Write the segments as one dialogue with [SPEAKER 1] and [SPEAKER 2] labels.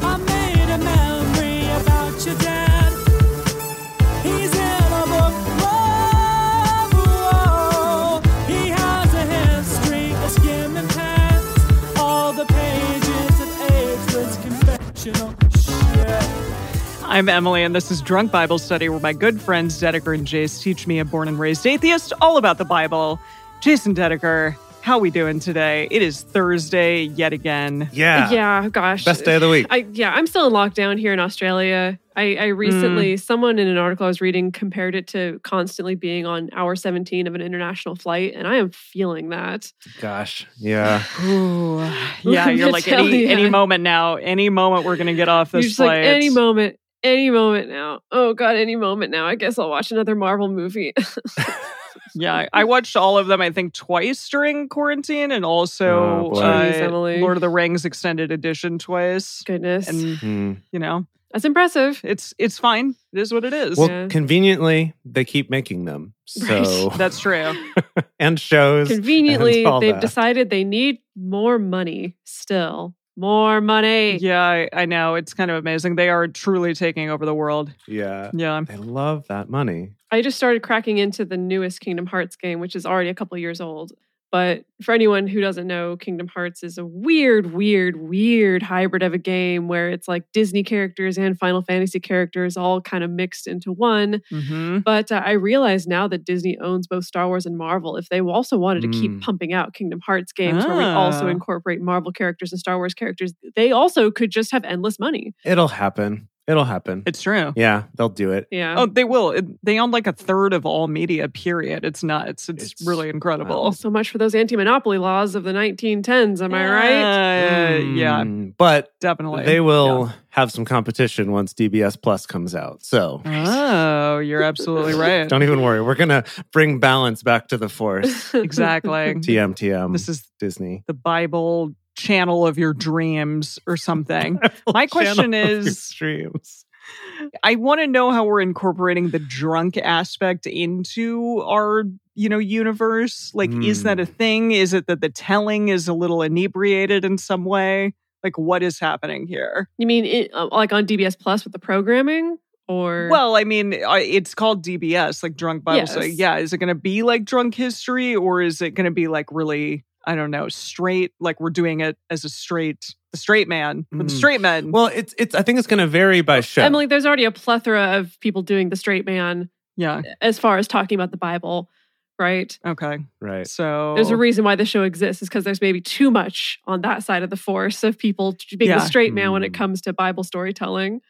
[SPEAKER 1] I made a memory about your dad. He's in a book. Whoa, whoa. He has a history of skimming past all the pages of ageless confessional shit.
[SPEAKER 2] I'm Emily, and this is Drunk Bible Study, where my good friends Dedeker and Jace teach me, a born and raised atheist, all about the Bible. Jason Dedeker, how we doing today? It is Thursday yet again.
[SPEAKER 3] Yeah.
[SPEAKER 4] Yeah, gosh.
[SPEAKER 3] Best day of the week.
[SPEAKER 4] I yeah, I'm still in lockdown here in Australia. I, I
[SPEAKER 3] Mm.
[SPEAKER 4] recently someone in an article I was reading compared it to constantly being on hour 17 of an international flight, and I am feeling that.
[SPEAKER 3] Gosh. Yeah.
[SPEAKER 2] Ooh, yeah, you're like
[SPEAKER 4] Tell
[SPEAKER 2] any
[SPEAKER 4] ya.
[SPEAKER 2] any moment now. Any moment we're gonna get off
[SPEAKER 4] You're
[SPEAKER 2] this
[SPEAKER 4] just
[SPEAKER 2] flight.
[SPEAKER 4] like any moment, any moment now. Oh god, any moment now. I guess I'll watch another Marvel movie. Oh,
[SPEAKER 2] Yeah, I- I watched all of them. I think twice during quarantine, and also
[SPEAKER 3] Oh, boy.
[SPEAKER 2] uh,
[SPEAKER 4] Jeez, Emily.
[SPEAKER 2] Lord of the Rings extended edition twice.
[SPEAKER 4] Goodness.
[SPEAKER 2] And
[SPEAKER 3] Hmm.
[SPEAKER 2] you know,
[SPEAKER 4] That's impressive.
[SPEAKER 2] it's it's fine. It is what it is.
[SPEAKER 3] Well,
[SPEAKER 4] Yeah.
[SPEAKER 3] conveniently, they keep making them. So,
[SPEAKER 2] That's true.
[SPEAKER 3] and shows.
[SPEAKER 4] Conveniently,
[SPEAKER 3] all
[SPEAKER 4] they've
[SPEAKER 3] that.
[SPEAKER 4] decided they need more money still. More money.
[SPEAKER 2] Yeah, I, I know. It's kind of amazing. They are truly taking over the world.
[SPEAKER 3] Yeah.
[SPEAKER 2] Yeah.
[SPEAKER 3] They love that money.
[SPEAKER 4] I just started cracking into the newest Kingdom Hearts game, which is already a couple years old. But for anyone who doesn't know, Kingdom Hearts is a weird, weird, weird hybrid of a game where it's like Disney characters and Final Fantasy characters all kind of mixed into one.
[SPEAKER 3] Mm-hmm.
[SPEAKER 2] hmm
[SPEAKER 4] But uh, I realize now that Disney owns both Star Wars and Marvel. If they also wanted to keep
[SPEAKER 3] Mm.
[SPEAKER 4] pumping out Kingdom Hearts games where we also
[SPEAKER 2] Hmm. Ah.
[SPEAKER 4] incorporate Marvel characters and Star Wars characters, they also could just have endless money.
[SPEAKER 3] It'll happen. It'll happen.
[SPEAKER 2] It's true.
[SPEAKER 3] yeah. They'll do it.
[SPEAKER 4] Yeah.
[SPEAKER 2] Oh, they will. It- they own like a third of all media, period. It's nuts. It's,
[SPEAKER 3] It's-
[SPEAKER 2] really incredible.
[SPEAKER 4] So much for those anti monopoly laws of the 1910s, am I right?
[SPEAKER 2] Uh, yeah,
[SPEAKER 3] Mm, But
[SPEAKER 2] definitely.
[SPEAKER 3] they will have some competition once DBS Plus comes out. So,
[SPEAKER 2] Yeah. Oh, you're absolutely right.
[SPEAKER 3] don't even worry. We're going to bring balance back to the force.
[SPEAKER 2] exactly.
[SPEAKER 3] TM, TM.
[SPEAKER 2] This is
[SPEAKER 3] Disney.
[SPEAKER 2] the Bible channel of your dreams or something. My question
[SPEAKER 3] Channel of your
[SPEAKER 2] is-
[SPEAKER 3] Dreams.
[SPEAKER 2] I want to know how we're incorporating the drunk aspect into our, you know, universe. Like, is
[SPEAKER 3] Hmm.
[SPEAKER 2] that a thing? Is it that the telling is a little inebriated in some way? Like, what is happening here?
[SPEAKER 4] You mean it, uh, like on DBS Plus with the programming, or
[SPEAKER 2] Well, I mean, I- it's called DBS, like drunk Bible
[SPEAKER 4] Yes.
[SPEAKER 2] study. Yeah, is it going to be like drunk history, or is it going to be like really, I don't know, straight? Like we're doing it as a straight, a straight man with
[SPEAKER 3] Hmm.
[SPEAKER 4] Mm.
[SPEAKER 2] straight men.
[SPEAKER 3] Well, it's, it's, I think it's going to vary by show.
[SPEAKER 4] Emily? There's already a plethora of people doing the straight man
[SPEAKER 2] yeah.
[SPEAKER 4] as far as talking about the Bible, right?
[SPEAKER 2] Okay.
[SPEAKER 3] Right.
[SPEAKER 2] So
[SPEAKER 4] There's a reason why the show exists is because there's maybe too much on that side of the force of people t- being
[SPEAKER 2] Yeah.
[SPEAKER 4] the straight man when it
[SPEAKER 3] Hmm.
[SPEAKER 4] comes to Bible storytelling.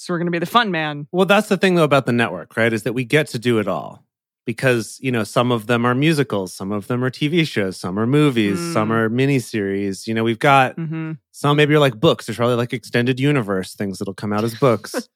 [SPEAKER 2] so we're going to be the fun man.
[SPEAKER 3] Well, that's the thing though about the network, right? Is that we get to do it all because you know some of them are musicals, some of them are TV shows, some are movies,
[SPEAKER 2] Mm.
[SPEAKER 3] some are miniseries. You know, we've got
[SPEAKER 4] Mm.
[SPEAKER 2] hmm
[SPEAKER 3] some maybe are like books. There's probably like extended universe things that'll come out as books,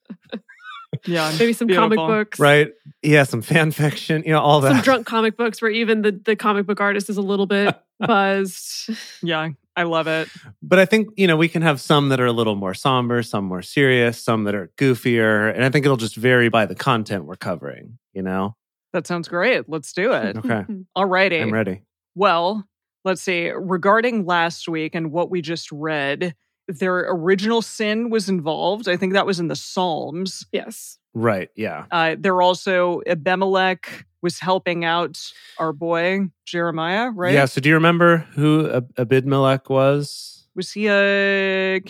[SPEAKER 2] Yeah.
[SPEAKER 4] Maybe some
[SPEAKER 2] Beautiful.
[SPEAKER 4] comic books,
[SPEAKER 3] right? Yeah, some fan fiction. You know, all that.
[SPEAKER 4] Some drunk comic books where even the, the comic book artist is a little bit buzzed.
[SPEAKER 2] Yeah, I love it.
[SPEAKER 3] But I think you know we can have some that are a little more somber, some more serious, some that are goofier, and I think it'll just vary by the content we're covering. You know.
[SPEAKER 2] That sounds great. Let's do it.
[SPEAKER 3] Okay,
[SPEAKER 2] Alrighty.
[SPEAKER 3] I'm ready.
[SPEAKER 2] Well, let's see. Regarding last week and what we just read, their original sin was involved. I think that was in the Psalms.
[SPEAKER 4] yes.
[SPEAKER 3] Right. Yeah.
[SPEAKER 2] Uh, there also Abimelech was helping out our boy Jeremiah, right?
[SPEAKER 3] Yeah. So do you remember who Ab- Abimelech was?
[SPEAKER 2] Was he a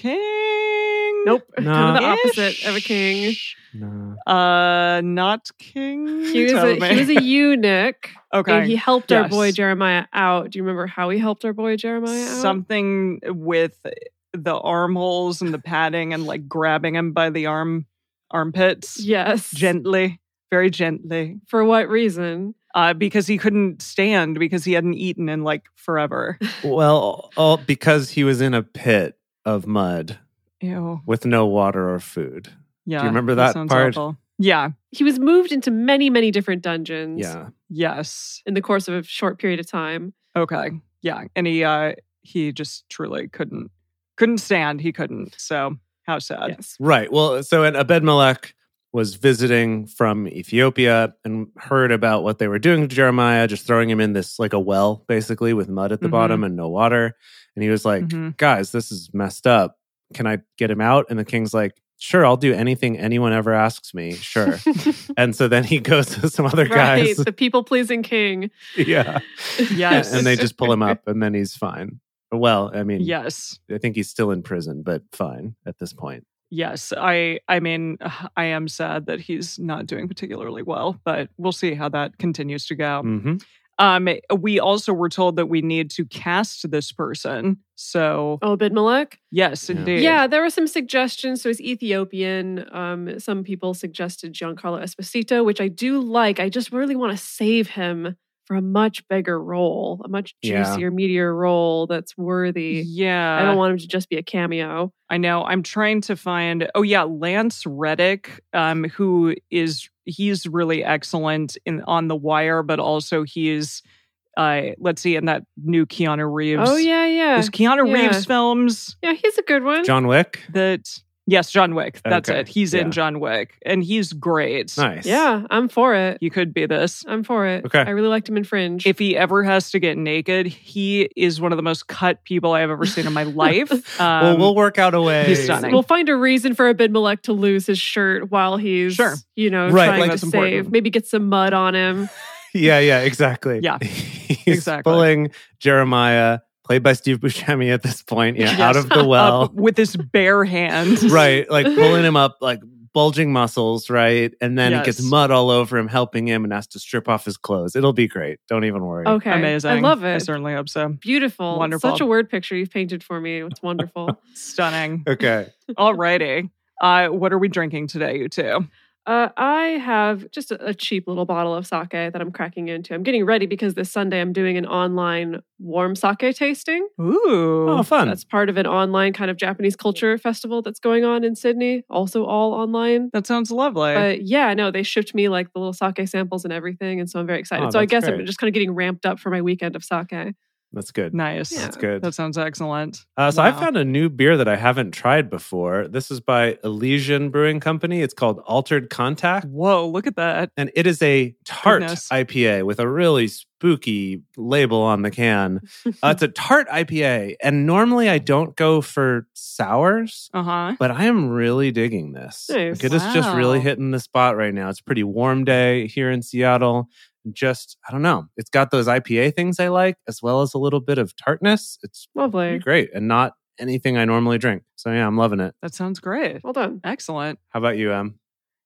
[SPEAKER 2] king?
[SPEAKER 4] Nope. kind of the
[SPEAKER 3] No.
[SPEAKER 4] opposite of a king.
[SPEAKER 3] No.
[SPEAKER 2] Uh, not king.
[SPEAKER 4] He was,
[SPEAKER 2] Ptolemy.
[SPEAKER 4] a, he was a eunuch.
[SPEAKER 2] okay.
[SPEAKER 4] And he helped our boy
[SPEAKER 2] Yes.
[SPEAKER 4] Jeremiah out. Do you remember how he helped our boy Jeremiah out?
[SPEAKER 2] something with the armholes and the padding and like grabbing him by the arm armpits
[SPEAKER 4] Yes.
[SPEAKER 2] gently very gently
[SPEAKER 4] For what reason?
[SPEAKER 2] uh, because he couldn't stand because he hadn't eaten in like forever
[SPEAKER 3] Well, oh, all because he was in a pit of mud
[SPEAKER 2] ew
[SPEAKER 3] with no water or food.
[SPEAKER 2] Yeah.
[SPEAKER 3] remember that
[SPEAKER 2] sounds
[SPEAKER 3] part?
[SPEAKER 2] awful. Yeah.
[SPEAKER 4] He was moved into many, many different dungeons
[SPEAKER 3] Yeah.
[SPEAKER 2] Yes.
[SPEAKER 4] in the course of a short period of time.
[SPEAKER 2] Okay. Yeah. And he uh he just truly couldn't couldn't stand. He couldn't. So how sad.
[SPEAKER 3] Uh,
[SPEAKER 4] Yes.
[SPEAKER 3] Right. Well, so and Abedmelech was visiting from Ethiopia and heard about what they were doing to Jeremiah, just throwing him in this like a well, basically, with mud at the
[SPEAKER 4] Mm-hmm.
[SPEAKER 2] Mhm.
[SPEAKER 3] bottom and no water. And he was like,
[SPEAKER 2] Mhm.
[SPEAKER 3] guys, this is messed up. Can I get him out? And the king's like, sure, I'll do anything anyone ever asks me. Sure. and so then he goes to some other
[SPEAKER 4] Right.
[SPEAKER 3] guys.
[SPEAKER 4] The people pleasing king.
[SPEAKER 3] yeah.
[SPEAKER 2] Yes.
[SPEAKER 3] And they just pull him up and then he's fine. Well, I mean, yeah.
[SPEAKER 2] Yes.
[SPEAKER 3] I think he's still in prison, but fine at this point.
[SPEAKER 2] Yes. I I mean I am sad that he's not doing particularly well, but we'll see how that continues to go.
[SPEAKER 3] hmm
[SPEAKER 2] Um we also were told that we need to cast this person. So
[SPEAKER 4] Oh, Bidmalek?
[SPEAKER 2] yes,
[SPEAKER 3] Yeah.
[SPEAKER 2] indeed.
[SPEAKER 4] Yeah, there were some suggestions. So he's Ethiopian. Um, some people suggested Giancarlo Esposito, which I do like. I just really want to save him for a much bigger role, a much
[SPEAKER 3] Yeah.
[SPEAKER 4] juicier, meatier role that's worthy.
[SPEAKER 2] Yeah.
[SPEAKER 4] I don't want him to just be a cameo.
[SPEAKER 2] I know. I'm trying to find. Oh yeah, Lance Reddick, um, who is he's really excellent in on the wire, but also he's, uh, let's see, in that new Keanu Reeves.
[SPEAKER 4] Oh yeah, yeah,
[SPEAKER 2] those Keanu
[SPEAKER 4] yeah.
[SPEAKER 2] Reeves films
[SPEAKER 4] yeah. He's a good one.
[SPEAKER 3] John Wick.
[SPEAKER 2] that. Yes, John Wick. That's
[SPEAKER 3] Okay,
[SPEAKER 2] it. He's
[SPEAKER 3] yeah.
[SPEAKER 2] in John Wick, and he's great.
[SPEAKER 3] Nice.
[SPEAKER 4] Yeah, I'm for it.
[SPEAKER 2] He could be this.
[SPEAKER 4] I'm for it.
[SPEAKER 3] Okay.
[SPEAKER 4] I really liked him in Fringe.
[SPEAKER 2] If he ever has to get naked, he is one of the most cut people I have ever seen in my life. Um,
[SPEAKER 3] well, we'll work out a way.
[SPEAKER 2] he's stunning.
[SPEAKER 4] We'll find a reason for Abidmelech to lose his shirt while he's,
[SPEAKER 2] Sure.
[SPEAKER 4] you know,
[SPEAKER 3] Right,
[SPEAKER 4] trying
[SPEAKER 3] like-
[SPEAKER 4] to
[SPEAKER 2] That's
[SPEAKER 4] save.
[SPEAKER 2] important.
[SPEAKER 4] Maybe get some mud on him.
[SPEAKER 3] Yeah, yeah, exactly.
[SPEAKER 2] Yeah.
[SPEAKER 3] he's
[SPEAKER 2] Exactly.
[SPEAKER 3] pulling Jeremiah, played by Steve Buscemi at this point, yeah,
[SPEAKER 2] Yes.
[SPEAKER 3] out of the well.
[SPEAKER 2] up with his bare hand.
[SPEAKER 3] right, like pulling him up, like bulging muscles, right? And then it gets
[SPEAKER 2] Yes.
[SPEAKER 3] mud all over him, helping him, and has to strip off his clothes. It'll be great. Don't even worry.
[SPEAKER 2] Oh,
[SPEAKER 4] Okay,
[SPEAKER 2] Amazing.
[SPEAKER 4] I love
[SPEAKER 2] I
[SPEAKER 4] it.
[SPEAKER 2] certainly hope so.
[SPEAKER 4] Beautiful.
[SPEAKER 2] Wonderful.
[SPEAKER 4] Such a word picture you've painted for me. It's wonderful.
[SPEAKER 2] Stunning.
[SPEAKER 3] Okay.
[SPEAKER 2] Alrighty. Uh, what are we drinking today, you two?
[SPEAKER 4] uh, I have just a, a cheap little bottle of sake that I'm cracking into. I'm getting ready because this Sunday I'm doing an online warm sake tasting.
[SPEAKER 2] Ooh.
[SPEAKER 3] Oh, fun.
[SPEAKER 4] That's part of an online kind of Japanese culture festival that's going on in Sydney, also all online.
[SPEAKER 2] that sounds lovely.
[SPEAKER 4] But yeah, no, they shipped me like the little sake samples and everything. And so I'm very excited.
[SPEAKER 3] Oh,
[SPEAKER 4] so I
[SPEAKER 3] that's
[SPEAKER 4] guess I'm
[SPEAKER 3] great.
[SPEAKER 4] just kind of getting ramped up for my weekend of sake.
[SPEAKER 3] That's good.
[SPEAKER 2] nice.
[SPEAKER 4] Yeah.
[SPEAKER 3] That's good.
[SPEAKER 2] That sounds excellent.
[SPEAKER 3] Uh, so I
[SPEAKER 2] Wow.
[SPEAKER 3] found a new beer that I haven't tried before. This is by Elysian Brewing Company. It's called Altered Contact.
[SPEAKER 2] Whoa, look at that.
[SPEAKER 3] and it is a tart
[SPEAKER 2] Goodness.
[SPEAKER 3] IPA with a really spooky label on the can. Uh, it's a tart IPA, and normally I don't go for sours,
[SPEAKER 2] Uh huh.
[SPEAKER 3] but I am really digging this.
[SPEAKER 4] Nice.
[SPEAKER 3] Like, it is just really
[SPEAKER 2] Wow.
[SPEAKER 3] hitting the spot right now. It's a pretty warm day here in Seattle. Just I don't know. It's got those IPA things I like, as well as a little bit of tartness. It's pretty
[SPEAKER 4] Lovely.
[SPEAKER 3] great, and not anything I normally drink. So yeah, I'm loving it.
[SPEAKER 2] That sounds great.
[SPEAKER 4] Well done.
[SPEAKER 2] Excellent.
[SPEAKER 3] How about you, Em?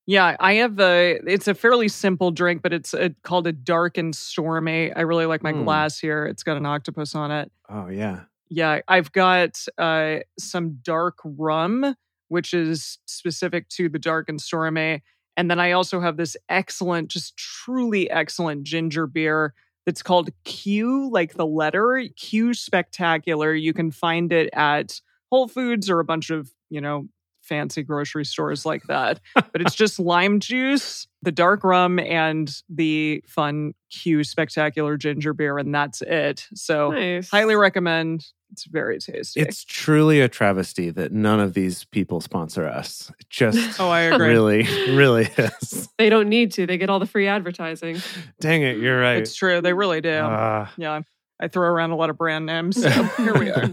[SPEAKER 2] Yeah, I have a. It's a fairly simple drink, but it's uh called a dark and stormy. I really like my
[SPEAKER 3] Hmm.
[SPEAKER 2] glass here. It's got an octopus on it.
[SPEAKER 3] Oh yeah,
[SPEAKER 2] yeah, I've got uh, some dark rum, which is specific to the dark and stormy. And then I also have this excellent, just truly excellent ginger beer that's called Q, like the letter Q Spectacular. You can find it at Whole Foods or a bunch of, you know, fancy grocery stores like that. but it's just lime juice, the dark rum, and the fun Q Spectacular ginger beer. And that's it.
[SPEAKER 3] Oh,
[SPEAKER 2] So.
[SPEAKER 4] Nice.
[SPEAKER 2] Highly recommend. It's very tasty.
[SPEAKER 3] It's truly a travesty that none of these people sponsor us. It just
[SPEAKER 2] oh, I agree.
[SPEAKER 3] really, really is.
[SPEAKER 4] They don't need to. They get all the free advertising.
[SPEAKER 3] Dang it, you're right.
[SPEAKER 2] It's true. They really do.
[SPEAKER 3] Ah.
[SPEAKER 2] yeah. I throw around a lot of brand names. So here we are.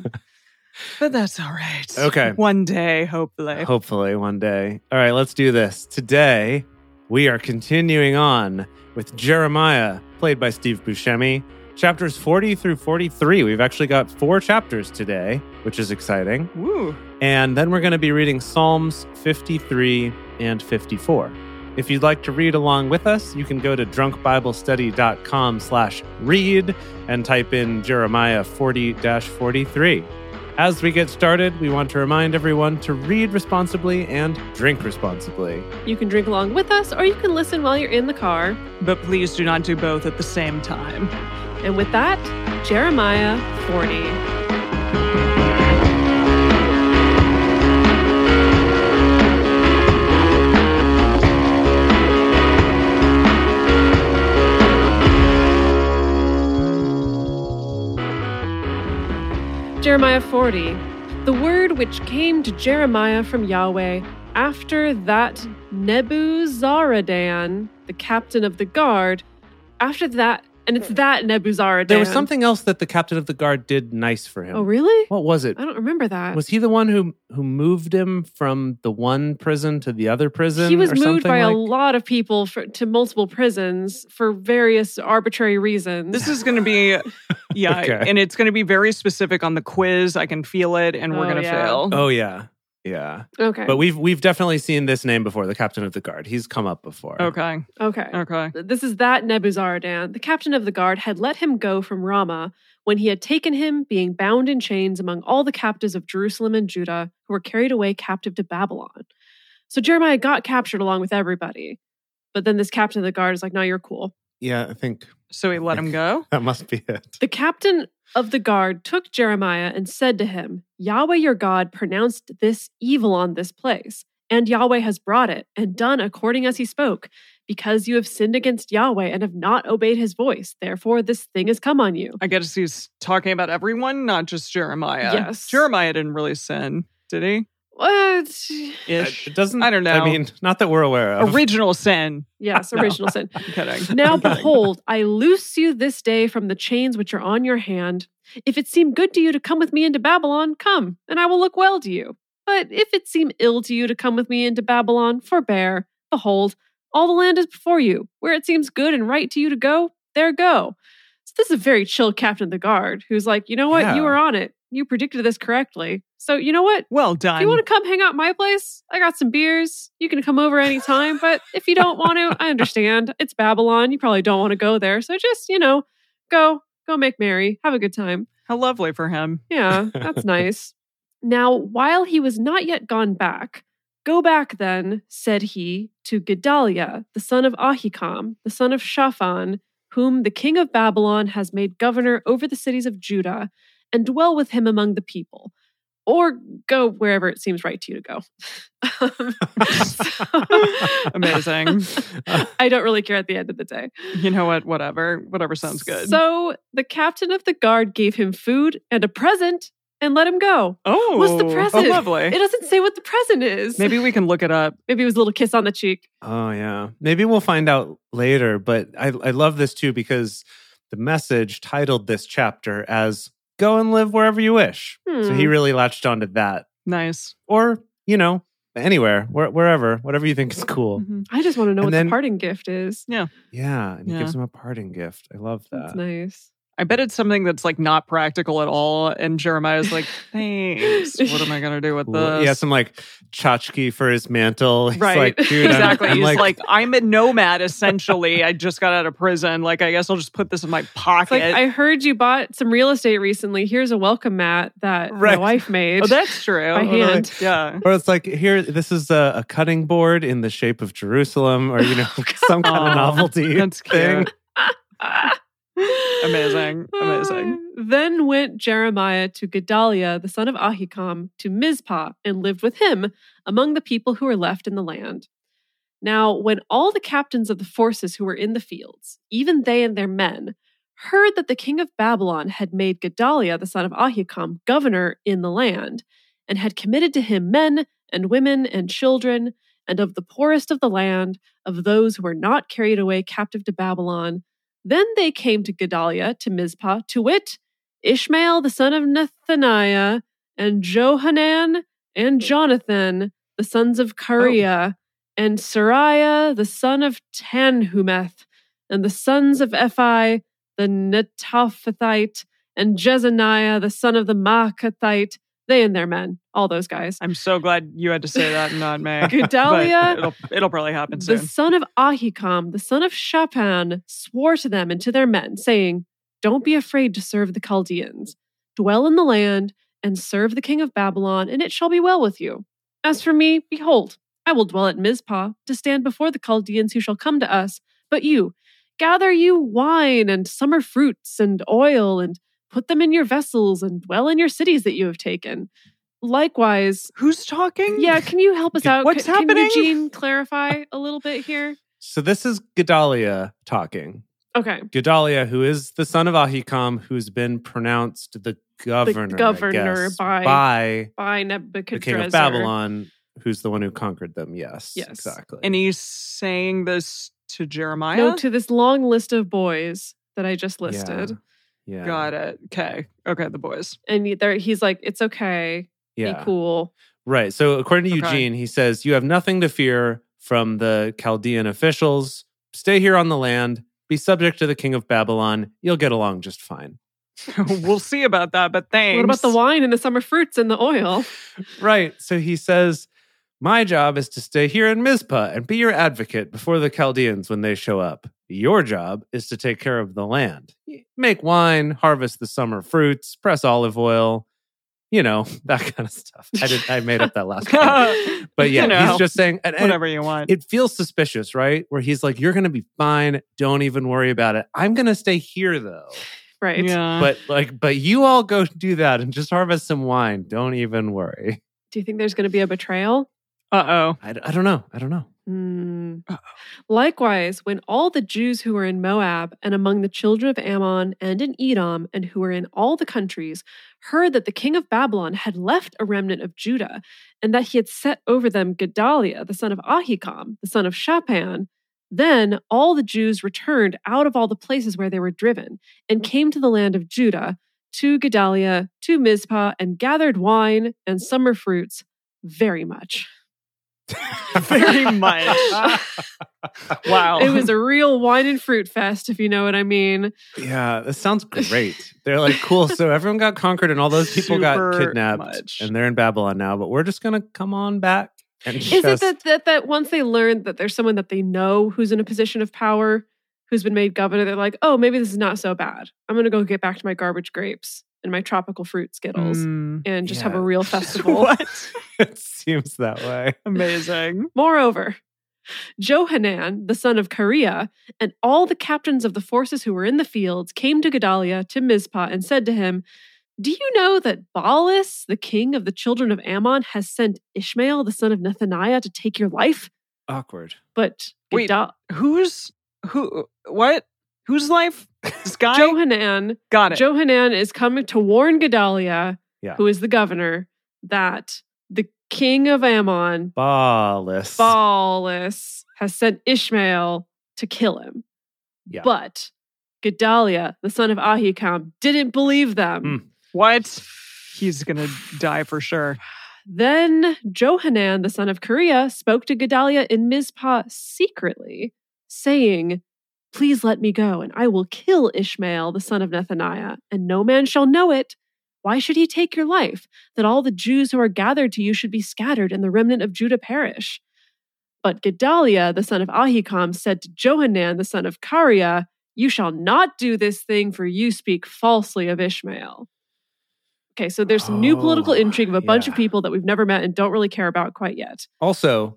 [SPEAKER 2] But that's all right.
[SPEAKER 3] Okay.
[SPEAKER 2] One day, hopefully.
[SPEAKER 3] Hopefully, one day. All right, let's do this. Today, we are continuing on with Jeremiah, played by Steve Buscemi. Chapters 40 through 43. We've actually got four chapters today, which is exciting.
[SPEAKER 2] Woo.
[SPEAKER 3] And then we're going to be reading Psalms 53 and 54. If you'd like to read along with us, you can go to drunkbiblestudy.com slash read and type in Jeremiah 40-43. As we get started, we want to remind everyone to read responsibly and drink responsibly.
[SPEAKER 4] You can drink along with us or you can listen while you're in the car.
[SPEAKER 2] But please do not do both at the same time.
[SPEAKER 4] And with that, Jeremiah 40. Jeremiah 40. The word which came to Jeremiah from Yahweh after that Nebuzaradan, the captain of the guard, after that, and it's that Nebuzaradan.
[SPEAKER 3] There was something else that the captain of the guard did nice for him.
[SPEAKER 4] Oh, really?
[SPEAKER 3] What was it?
[SPEAKER 4] I don't remember that.
[SPEAKER 3] Was he the one who who moved him from the one prison to the other prison?
[SPEAKER 4] He was
[SPEAKER 3] or
[SPEAKER 4] moved
[SPEAKER 3] something
[SPEAKER 4] by a
[SPEAKER 3] like?
[SPEAKER 4] lot of people for, to multiple prisons for various arbitrary reasons.
[SPEAKER 2] This is going to be, yeah,
[SPEAKER 3] Okay.
[SPEAKER 2] and it's going to be very specific on the quiz. I can feel it, and we're
[SPEAKER 4] Oh,
[SPEAKER 2] going to
[SPEAKER 4] yeah.
[SPEAKER 2] fail.
[SPEAKER 3] Oh yeah, yeah.
[SPEAKER 4] okay.
[SPEAKER 3] But we've we've definitely seen this name before. The captain of the guard. He's come up before.
[SPEAKER 2] Okay.
[SPEAKER 4] okay.
[SPEAKER 2] Okay.
[SPEAKER 4] This is that Nebuzaradan, the captain of the guard, had let him go from Ramah when he had taken him, being bound in chains among all the captives of Jerusalem and Judah, who were carried away captive to Babylon. So Jeremiah got captured along with everybody. But then this captain of the guard is like, no, you're cool.
[SPEAKER 3] Yeah, I think
[SPEAKER 2] So we let him go.
[SPEAKER 3] that must be it.
[SPEAKER 4] The captain of the guard took Jeremiah and said to him, Yahweh your God pronounced this evil on this place, and Yahweh has brought it and done according as he spoke, because you have sinned against Yahweh and have not obeyed his voice. Therefore, this thing has come on you.
[SPEAKER 2] I guess he's talking about everyone, not just Jeremiah.
[SPEAKER 4] Yes.
[SPEAKER 2] Jeremiah didn't really sin, did he?
[SPEAKER 4] What?
[SPEAKER 2] Ish.
[SPEAKER 3] It doesn't.
[SPEAKER 2] I don't know.
[SPEAKER 3] I mean, not that we're aware of.
[SPEAKER 2] Original sin.
[SPEAKER 4] Yes, original sin.
[SPEAKER 2] I'm kidding.
[SPEAKER 4] Now behold, I loose you this day from the chains which are on your hand. If it seem good to you to come with me into Babylon, come, and I will look well to you. But if it seem ill to you to come with me into Babylon, forbear. Behold, all the land is before you. Where it seems good and right to you to go, there go. So this is a very chill captain of the guard who's like, you know what?
[SPEAKER 3] Yeah.
[SPEAKER 4] You were on it. You predicted this correctly. So you know what?
[SPEAKER 2] Well
[SPEAKER 4] If
[SPEAKER 2] done.
[SPEAKER 4] you want to come hang out at my place, I got some beers. You can come over anytime. But if you don't want to, I understand. It's Babylon. You probably don't want to go there. So just, you know, go, go make merry. Have a good time.
[SPEAKER 2] How lovely for him.
[SPEAKER 4] Yeah, that's nice. Now, while he was not yet gone back, go back then, said he, to Gedaliah, the son of Ahikam, the son of Shaphan, whom the king of Babylon has made governor over the cities of Judah, and dwell with him among the people. Or go wherever it seems right to you to go. Um, so-
[SPEAKER 2] Amazing.
[SPEAKER 4] I don't really care at the end of the day.
[SPEAKER 2] you know what? Whatever. Whatever sounds good.
[SPEAKER 4] So the captain of the guard gave him food and a present and let him go.
[SPEAKER 2] oh,
[SPEAKER 4] what's the present?
[SPEAKER 2] Oh, lovely.
[SPEAKER 3] Eh?
[SPEAKER 4] It doesn't say what the present is.
[SPEAKER 2] Maybe we can look it up.
[SPEAKER 4] Maybe it was a little kiss on the cheek.
[SPEAKER 3] Oh yeah. Maybe we'll find out later, but I I love this too because the message titled this chapter as Go and live wherever you wish. So
[SPEAKER 4] Hmm.
[SPEAKER 3] he really latched onto that.
[SPEAKER 2] Nice.
[SPEAKER 3] Or, you know, anywhere, where, wherever, whatever you think is cool.
[SPEAKER 2] Mhm.
[SPEAKER 4] I just want to know
[SPEAKER 3] And
[SPEAKER 4] what
[SPEAKER 3] then-
[SPEAKER 4] the parting gift is.
[SPEAKER 3] Yeah. And he
[SPEAKER 2] Yeah.
[SPEAKER 3] gives him a parting gift. I love that.
[SPEAKER 4] That's nice.
[SPEAKER 2] I bet it's something that's like not practical at all. And Jeremiah's like, thanks. What am I going to do with
[SPEAKER 3] Cool.
[SPEAKER 2] this?
[SPEAKER 3] He has some like tchotchke for his mantle. He's
[SPEAKER 4] Right.
[SPEAKER 3] like, dude, I'm-
[SPEAKER 2] exactly.
[SPEAKER 3] I'm,
[SPEAKER 2] He's
[SPEAKER 3] like,
[SPEAKER 2] like, I'm a nomad essentially. I just got out of prison. Like, I guess I'll just put this in my
[SPEAKER 4] It's like
[SPEAKER 2] pocket.
[SPEAKER 4] I heard you bought some real estate recently. Here's a welcome mat that
[SPEAKER 3] Right.
[SPEAKER 4] my wife made.
[SPEAKER 2] oh, that's true.
[SPEAKER 4] By
[SPEAKER 3] Totally.
[SPEAKER 4] hand.
[SPEAKER 2] Yeah.
[SPEAKER 3] or it's like here, this is a, a cutting board in the shape of Jerusalem, or you know, some kind
[SPEAKER 2] Aw,
[SPEAKER 3] of novelty
[SPEAKER 2] That's
[SPEAKER 3] thing.
[SPEAKER 2] cute. Amazing. Amazing.
[SPEAKER 4] Ah. Then went Jeremiah to Gedaliah, the son of Ahikam, to Mizpah, and lived with him among the people who were left in the land. Now, when all the captains of the forces who were in the fields, even they and their men, heard that the king of Babylon had made Gedaliah, the son of Ahikam, governor in the land, and had committed to him men and women and children, and of the poorest of the land, of those who were not carried away captive to Babylon, then they came to Gedaliah to Mizpah, to wit, Ishmael the son of Nethaniah, and Johanan and Jonathan, the sons of Kareah, and Sariah the son of Tanhumeth, and the sons of Ephi, the Netophathite, and Jezaniah, the son of the Maacathite, they and their men, all those guys.
[SPEAKER 2] I'm so glad you had to say that and not me.
[SPEAKER 4] Gedaliah
[SPEAKER 2] But it'll, it'll probably happen
[SPEAKER 4] the
[SPEAKER 2] soon.
[SPEAKER 4] son of Ahikam, the son of Shaphan, swore to them and to their men, saying, Don't be afraid to serve the Chaldeans. Dwell in the land and serve the king of Babylon, and it shall be well with you. As for me, behold, I will dwell at Mizpah to stand before the Chaldeans who shall come to us. But you, gather you wine and summer fruits and oil, and put them in your vessels, and dwell in your cities that you have taken. Likewise,
[SPEAKER 2] Who's talking?
[SPEAKER 4] yeah, can you help us out?
[SPEAKER 2] What's
[SPEAKER 4] Can- can
[SPEAKER 2] happening?
[SPEAKER 4] Eugene clarify a little bit here?
[SPEAKER 3] So this is Gedaliah talking.
[SPEAKER 4] Okay.
[SPEAKER 3] Gedaliah, who is the son of Ahikam, who's been pronounced the governor, I
[SPEAKER 4] governor
[SPEAKER 3] guess,
[SPEAKER 4] by-
[SPEAKER 3] by
[SPEAKER 4] by
[SPEAKER 3] the
[SPEAKER 4] Nebuchadnezzar.
[SPEAKER 3] king of Babylon, who's the one who conquered them. Yes.
[SPEAKER 4] Yes.
[SPEAKER 3] Exactly.
[SPEAKER 2] And he's saying this to Jeremiah.
[SPEAKER 4] No, to this long list of boys that I just
[SPEAKER 3] Yeah.
[SPEAKER 4] listed.
[SPEAKER 3] Yeah.
[SPEAKER 2] Got it. Okay. Okay, the boys.
[SPEAKER 4] And there, he's like, it's okay,
[SPEAKER 3] Yeah.
[SPEAKER 4] be cool.
[SPEAKER 3] Right. So according to
[SPEAKER 2] Okay.
[SPEAKER 3] Eugene, he says, You have nothing to fear from the Chaldean officials. Stay here on the land, be subject to the king of Babylon. You'll get along just fine.
[SPEAKER 2] we'll see about that, but thanks.
[SPEAKER 4] What about the wine and the summer fruits and the oil?
[SPEAKER 3] Right. So he says, My job is to stay here in Mizpah and be your advocate before the Chaldeans when they show up. Your job is to take care of the land. Make wine, harvest the summer fruits, press olive oil, you know, that kind of stuff. I did I made up that last part. But yeah,
[SPEAKER 2] You know,
[SPEAKER 3] he's just saying and- and
[SPEAKER 2] whatever you want.
[SPEAKER 3] it feels suspicious, right? Where he's like, "You're going to be fine. Don't even worry about it. I'm going to stay here, though."
[SPEAKER 4] Right.
[SPEAKER 2] yeah.
[SPEAKER 3] But like, but you all go do that and just harvest some wine. Don't even worry.
[SPEAKER 4] Do you think there's going to be a betrayal?
[SPEAKER 2] uh oh.
[SPEAKER 3] I, d- I don't know. I don't know.
[SPEAKER 4] Hmm.
[SPEAKER 2] Uh-oh.
[SPEAKER 4] Likewise, when all the Jews who were in Moab and among the children of Ammon and in Edom and who were in all the countries heard that the king of Babylon had left a remnant of Judah and that he had set over them Gedaliah, the son of Ahikam, the son of Shaphan, then all the Jews returned out of all the places where they were driven and came to the land of Judah, to Gedaliah, to Mizpah, and gathered wine and summer fruits very much.
[SPEAKER 2] Very much. Wow.
[SPEAKER 4] It was a real wine and fruit fest, if you know what I mean.
[SPEAKER 3] yeah, that sounds great. They're like, cool. So everyone got conquered, and all those people got
[SPEAKER 2] Super
[SPEAKER 3] kidnapped,
[SPEAKER 2] much.
[SPEAKER 3] and they're in Babylon now. But we're just gonna come on back. And
[SPEAKER 4] Is it
[SPEAKER 3] just-
[SPEAKER 4] that, that that once they learn that there's someone that they know who's in a position of power, who's been made governor, they're like, oh, maybe this is not so bad. I'm gonna go get back to my garbage grapes and my tropical fruit skittles
[SPEAKER 2] Mm.
[SPEAKER 4] and just have
[SPEAKER 3] Yeah.
[SPEAKER 4] a real festival.
[SPEAKER 2] what?
[SPEAKER 3] it seems that way?
[SPEAKER 2] Amazing.
[SPEAKER 4] Moreover, Johanan, the son of Kareah, and all the captains of the forces who were in the fields came to Gedaliah to Mizpah and said to him, Do you know that Baalis, the king of the children of Ammon, has sent Ishmael, the son of Nethaniah, to take your life?
[SPEAKER 3] Awkward.
[SPEAKER 4] But
[SPEAKER 2] Wait,
[SPEAKER 4] Geda-
[SPEAKER 2] Who's who? What? Whose life? This guy.
[SPEAKER 4] Johanan,
[SPEAKER 2] Got it.
[SPEAKER 4] Johanan is coming to warn Gedaliah,
[SPEAKER 3] Yeah.
[SPEAKER 4] who is the governor, that the king of Ammon,
[SPEAKER 3] Ballless.
[SPEAKER 4] Baalis has sent Ishmael to kill him.
[SPEAKER 3] Yeah.
[SPEAKER 4] But Gedaliah, the son of Ahikam, didn't believe them.
[SPEAKER 3] Hmm.
[SPEAKER 2] What? He's gonna die for sure.
[SPEAKER 4] Then Johanan, the son of Korea, spoke to Gedaliah in Mizpah secretly, saying, Please let me go, and I will kill Ishmael, the son of Nethaniah, and no man shall know it. Why should he take your life, that all the Jews who are gathered to you should be scattered, and the remnant of Judah perish? But Gedaliah, the son of Ahikam, said to Johanan, the son of Kariah, You shall not do this thing, for you speak falsely of Ishmael. Okay, so there's some new political
[SPEAKER 3] Oh,
[SPEAKER 4] intrigue of a bunch
[SPEAKER 3] yeah.
[SPEAKER 4] of people that we've never met and don't really care about quite yet.
[SPEAKER 3] Also,